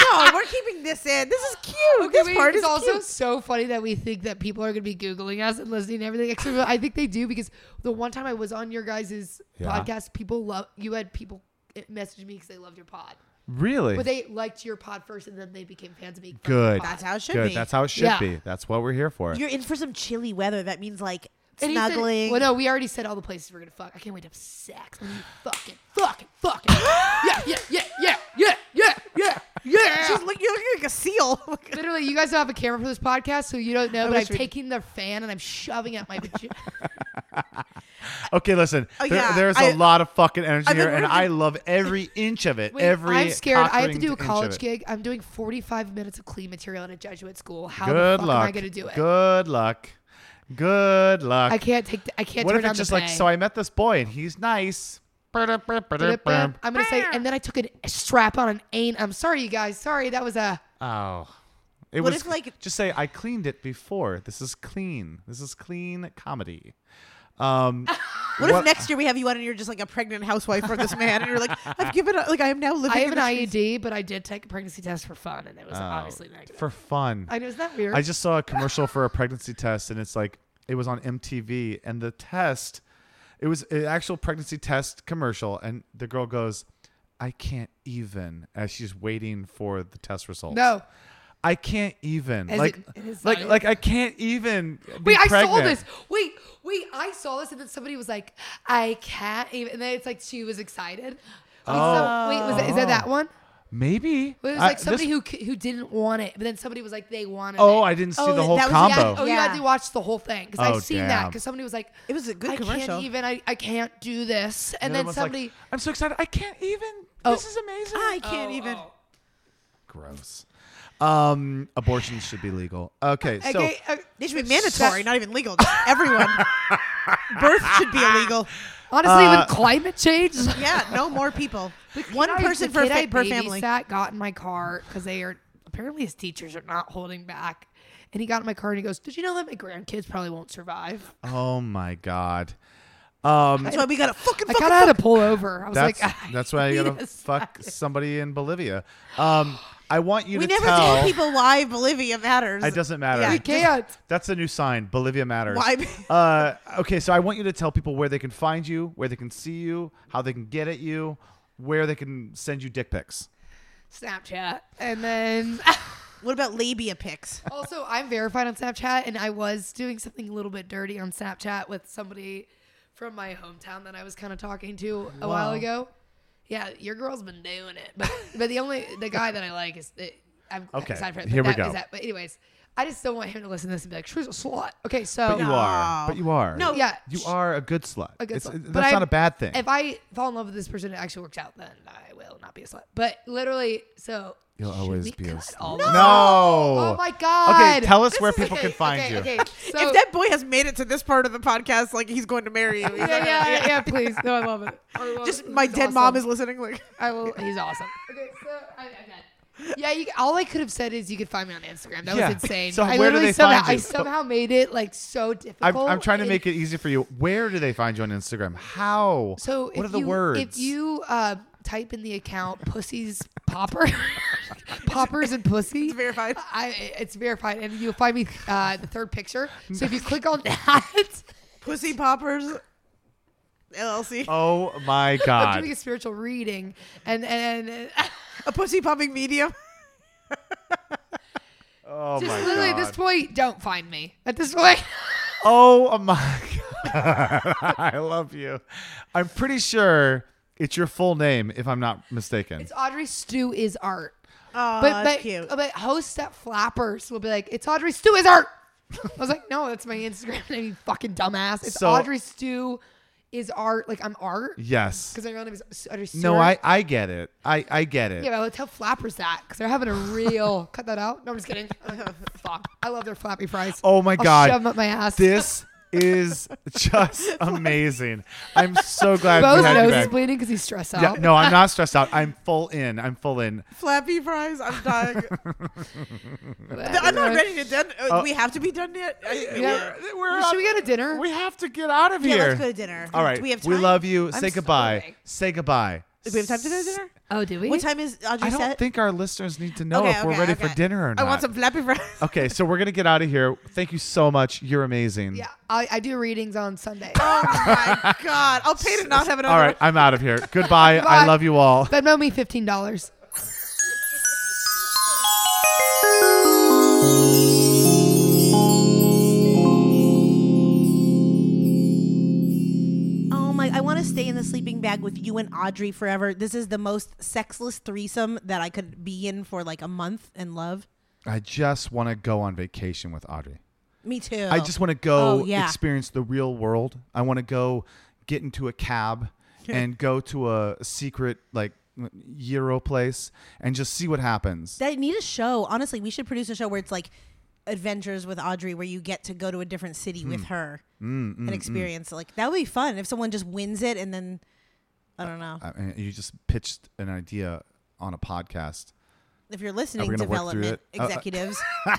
S2: no, we're keeping this in. This is cute. this
S4: We-
S2: part is
S4: it's also
S2: cute.
S4: so funny that we think that people are going to be googling us and listening to everything. Except I think they do because the one time I was on your guys'
S1: Yeah.
S4: podcast, people love you had people eh, message me because they loved your pod,
S1: Really?
S4: but they liked your pod first and then they became fans of me. from your
S1: Good.
S4: pod.
S2: That's how it should
S1: Good.
S2: be.
S1: That's how it should
S4: Yeah.
S1: be. That's what we're here for.
S2: You're in for some chilly weather. That means like
S4: And he said-
S2: snuggling.
S4: well, no, we already said all the places we're gonna fuck. I can't wait to have sex. I'm gonna fucking, fucking, fucking. yeah, yeah, yeah, yeah, yeah, yeah, yeah, yeah.
S2: She's look, you're looking like a seal. Oh
S4: Literally, you guys don't have a camera for this podcast, so you don't know. but I'm
S2: wish we-
S4: taking the fan and I'm shoving it up my vagina.
S1: Okay, listen.
S2: Oh,
S1: there-
S2: yeah,
S1: there's
S2: I-
S1: a lot of fucking energy
S2: I've been
S1: here, and
S2: working-
S1: I love every inch of it.
S4: Wait,
S1: every
S4: I'm scared. I have to
S1: cock-ringed
S4: do a
S1: inch of
S4: college
S1: it.
S4: gig. I'm doing 45 minutes of clean material at a Jesuit school. How the
S1: Good
S4: fuck
S1: luck.
S4: am I gonna do it?
S1: Good luck. Good luck.
S4: I can't take. The, I can't.
S1: what
S4: turn
S1: if
S4: down
S1: it's
S4: the
S1: just like,
S4: pay.
S1: so I met this boy and he's nice.
S4: I'm gonna say, and then I took a strap on an ain't. I'm sorry, you guys. Sorry, that was a.
S1: Oh. It
S2: What
S1: was
S2: if, like-
S1: just say I cleaned it before. This is clean. This is clean comedy. Um,
S2: What, if next year we have you on and you're just like a pregnant housewife for this man, and you're like, I've given up, like I am now living.
S4: I have
S2: in
S4: an
S2: the streets.
S4: IUD, but I did take a pregnancy test for fun, and it was obviously negative.
S1: for fun?
S4: I know, isn't that weird?
S1: Oh. I just saw a commercial for a pregnancy test, and it's like it was on MTV, and the test, it was an actual pregnancy test commercial, and the girl goes, "I can't even," as she's waiting for the test results.
S4: no.
S1: I can't even.
S4: As
S1: like,
S4: it- it is
S1: like,
S4: not
S1: like, I can't even. Be
S4: Wait, I saw
S1: pregnant.
S4: this. Wait, wait, I saw this, and then somebody was like, "I can't," even, and then it's like she was excited. Oh. wait, was it, is that that
S1: Oh.
S4: one?
S1: Maybe.
S4: Well, it was
S1: I-
S4: like somebody
S1: this-
S4: who c- who didn't want it, but then somebody was like, "They wanted."
S1: Oh,
S4: it.
S1: I didn't see
S2: Oh,
S1: the whole
S2: that was the
S1: combo.
S4: Yeah, oh, you
S2: Yeah.
S4: had to watch the whole thing because
S1: Oh,
S4: I've seen that
S1: damn.
S4: because somebody was like,
S2: It was a good
S4: I
S2: commercial.
S4: can't even. I, I can't do this. And
S1: The other
S4: then
S1: one's like,
S4: somebody.
S1: I'm so excited. I can't even.
S4: Oh.
S1: This is amazing.
S2: I can't
S4: Oh,
S2: even.
S4: oh.
S1: Gross. Um, abortion should be legal. Okay, so
S4: Okay, uh,
S2: It should be mandatory, not even legal. Just everyone. Birth should be illegal.
S4: honestly,
S1: Uh,
S4: with climate change,
S2: Yeah, no more people. One person for
S4: for
S2: fa- per family.
S4: Sat got in my car because they are apparently his teachers are not holding back. And he got in my car and he goes, "Did you know that my grandkids probably won't survive?"
S1: oh my god. Um,
S2: That's why we gotta fucking
S4: I
S2: fucking.
S4: kind of had to pull over. I was
S1: that's
S4: like,
S1: that's why I
S4: need
S1: gotta
S4: a
S1: fuck somebody in Bolivia. Um, I want you
S2: we
S1: to
S2: never
S1: tell.
S2: told people why Bolivia matters.
S1: It doesn't matter.
S2: Yeah.
S4: I can't.
S1: That's the new sign. Bolivia matters.
S2: Why?
S1: Uh, okay, so I want you to tell people where they can find you, where they can see you, how they can get at you, where they can send you dick pics.
S4: Snapchat, and then
S2: What about labia pics?
S4: also I'm verified on Snapchat, and I was doing something a little bit dirty on Snapchat with somebody from my hometown that I was kind of talking to a while
S1: Wow.
S4: ago. Yeah, your girl's been doing it, but but the only the guy that I like is it, I'm
S1: Okay,
S4: excited for it, but
S1: here we
S4: that
S1: go.
S4: is that. But anyways, I just don't want him to listen to this and be like, "She's a slut." Okay, so
S1: But you are. But you are.
S2: No.
S4: yeah,
S1: You are a good slut.
S4: a good
S1: It's-
S4: slut.
S1: That's
S4: But
S1: not
S4: I'm-
S1: a bad thing.
S4: If I fall in love with this person, it actually works out. Then I will not be a slut. But literally, so
S1: You'll
S4: should
S1: always
S4: we
S1: be a
S4: cut
S1: slut.
S4: all
S1: No!
S4: this? Oh my god.
S1: Okay, tell us
S4: This
S1: where
S4: is-
S1: people
S4: okay,
S1: can find
S4: okay,
S1: you.
S4: Okay, so
S2: If that boy has made it to this part of the podcast, like he's going to marry you. He's
S4: yeah,
S2: like,
S4: yeah, yeah, please. No, I love it. I love
S2: Just
S4: it.
S2: my
S4: He's
S2: dead mom
S4: awesome.
S2: is listening. Like,
S4: I will. He's awesome. Okay, so I, I'm done. Yeah, you, all I could have said is you could find me on Instagram. That
S1: Yeah.
S4: was insane.
S1: So
S4: I
S1: where do
S4: literally
S1: they
S4: somehow,
S1: find you?
S4: I somehow made it like so
S1: I'm,
S4: difficult.
S1: I'm trying to make
S4: it.
S1: it easy for you. Where do they find you on Instagram? How?
S4: So
S1: what
S4: if
S1: are the
S4: you,
S1: words?
S4: If you uh, type in the account "pussies popper," poppers and pussy,
S2: It's verified.
S4: I, it's verified, and you'll find me uh, the third picture. So if you click on that.
S2: Pussy Poppers LLC.
S1: oh my
S4: I'm doing
S1: god.
S4: a spiritual reading, and and, and
S2: A pussy popping medium.
S1: Oh
S4: just
S1: my
S4: literally at this
S1: god.
S4: point, don't find me. At this point,
S1: Oh my god. I love you. I'm pretty sure it's your full name, if I'm not mistaken.
S4: it's Audrey Stew is art.
S2: Oh,
S4: But
S2: that's
S4: but,
S2: cute.
S4: but host at Flappers will be like, it's Audrey Stew is art. I was like, no, that's my Instagram name, you fucking dumbass. It's
S1: So-
S4: Audrey Stew is art. Like I'm art
S1: yes.
S4: because their name is Audrey Stew.
S1: No, I, I get it. I, I get it.
S4: Yeah, but I'll tell Flappers that because they're having a real. cut that out. No, I'm just kidding. Fuck, I love their Flappy Fries.
S1: Oh my
S4: I'll
S1: God.
S4: Shove 'em up my ass.
S1: This is just amazing. I'm so glad we
S4: Bo's
S1: had you
S4: nose is
S1: back.
S4: bleeding because he's stressed out.
S1: Yeah, no, I'm not stressed out. I'm full in. I'm full in.
S2: Flappy fries. I'm dying. I'm not ready to done. uh,
S1: Oh.
S2: do we have to be done yet. I-
S4: Yeah.
S1: We're- we're
S4: Should we
S1: up-
S4: go to dinner?
S1: We have to get out of
S2: yeah,
S1: here.
S2: let's go to dinner.
S1: All right.
S2: Do we have time?
S1: love you. Say
S4: I'm
S1: goodbye.
S4: starving.
S1: Say goodbye.
S2: Do we have time to go to dinner?
S4: oh, do we?
S2: What time is Audrey
S1: I don't
S2: set?
S1: think our listeners need to know
S2: Okay,
S1: if we're
S2: okay,
S1: ready
S2: okay.
S1: for dinner or not.
S2: I want some flappy fries.
S1: Okay, so we're gonna get out of here. Thank you so much. You're amazing.
S4: Yeah, I, I do readings on Sunday.
S2: Oh my god! I'll pay to not have another.
S1: All right, I'm out of here. Goodbye. I
S4: Goodbye.
S1: love you all.
S4: Venmo me fifteen dollars.
S2: Oh sleeping bag with you and Audrey forever. This is the most sexless threesome that I could be in for like a month and love.
S1: I just want to go on vacation with Audrey.
S2: Me too.
S1: I just want to go
S2: Oh, yeah.
S1: experience the real world. I want to go get into a cab and go to a secret like Euro place and just see what happens.
S2: I need a show. Honestly, we should produce a show where it's like adventures with Audrey, where you get to go to a different city with
S1: Hmm.
S2: her
S1: Mm,
S2: and experience. Like that would be fun if someone just wins it and then I don't know
S1: I mean, Uh, you just pitched an idea on a podcast.
S2: if you're listening,
S1: gonna work through
S2: development
S1: it? Uh, uh,
S2: executives.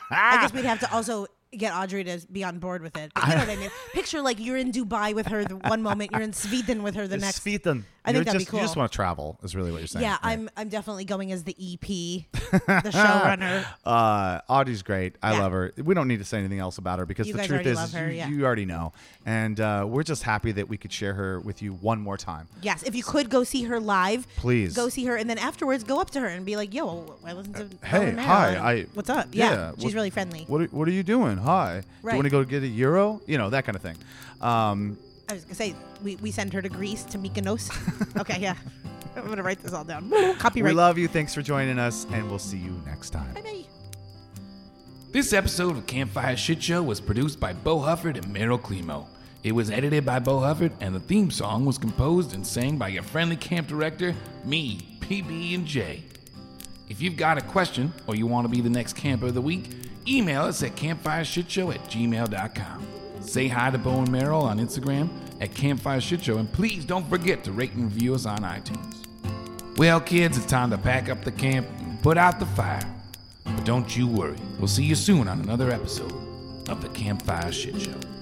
S2: I guess we'd have to also get Audrey to be on board with it. But you know what I mean? Picture like you're in Dubai with her the one moment, you're in Sweden with her the next.
S1: Sweden.
S2: I think
S1: You're
S2: that'd be
S1: just, You just
S2: cool.
S1: want to travel, is really what you're saying.
S2: Yeah, I'm I'm definitely going as the EP, the showrunner.
S1: Uh, Audie's great. I
S2: Yeah.
S1: love her. We don't need to say anything else about her because
S2: You
S1: the
S2: guys
S1: truth
S2: already
S1: is,
S2: love
S1: is
S2: her,
S1: you,
S2: yeah.
S1: you already know, and uh, we're just happy that we could share her with you one more time.
S2: Yes, if you could go see her live,
S1: Please. Uh,
S2: go see her, and then afterwards go up to her and be like, "Yo, I listened to
S1: Hey,
S2: Ellen Merrill,
S1: hi,
S2: and
S1: I-
S2: Oh, what's up? Yeah,
S1: yeah,
S2: she's
S1: what-
S2: really friendly.
S1: What are, What are you doing? Hi. Do
S2: Right.
S1: you want to go get a euro? You know that kind of thing. Um,
S2: I was gonna say we, we send her to Greece to Mykonos. okay, yeah, I'm gonna write this all down.
S1: we
S2: Copyright.
S1: love you. Thanks for joining us, and we'll see you next time.
S2: Bye-bye.
S3: This episode of Campfire Shit Show was produced by Bo Hufford and Meryl Climo. It was edited by Bo Hufford, and the theme song was composed and sang by your friendly camp director, me, PB and J. If you've got a question or you want to be the next camper of the week, email us at campfireshitshow at gmail.com. Say hi to Bo and Meryl on Instagram at Campfire Shit Show, and please don't forget to rate and review us on iTunes. Well, kids, it's time to pack up the camp and put out the fire. But don't you worry, we'll see you soon on another episode of the Campfire Shit Show.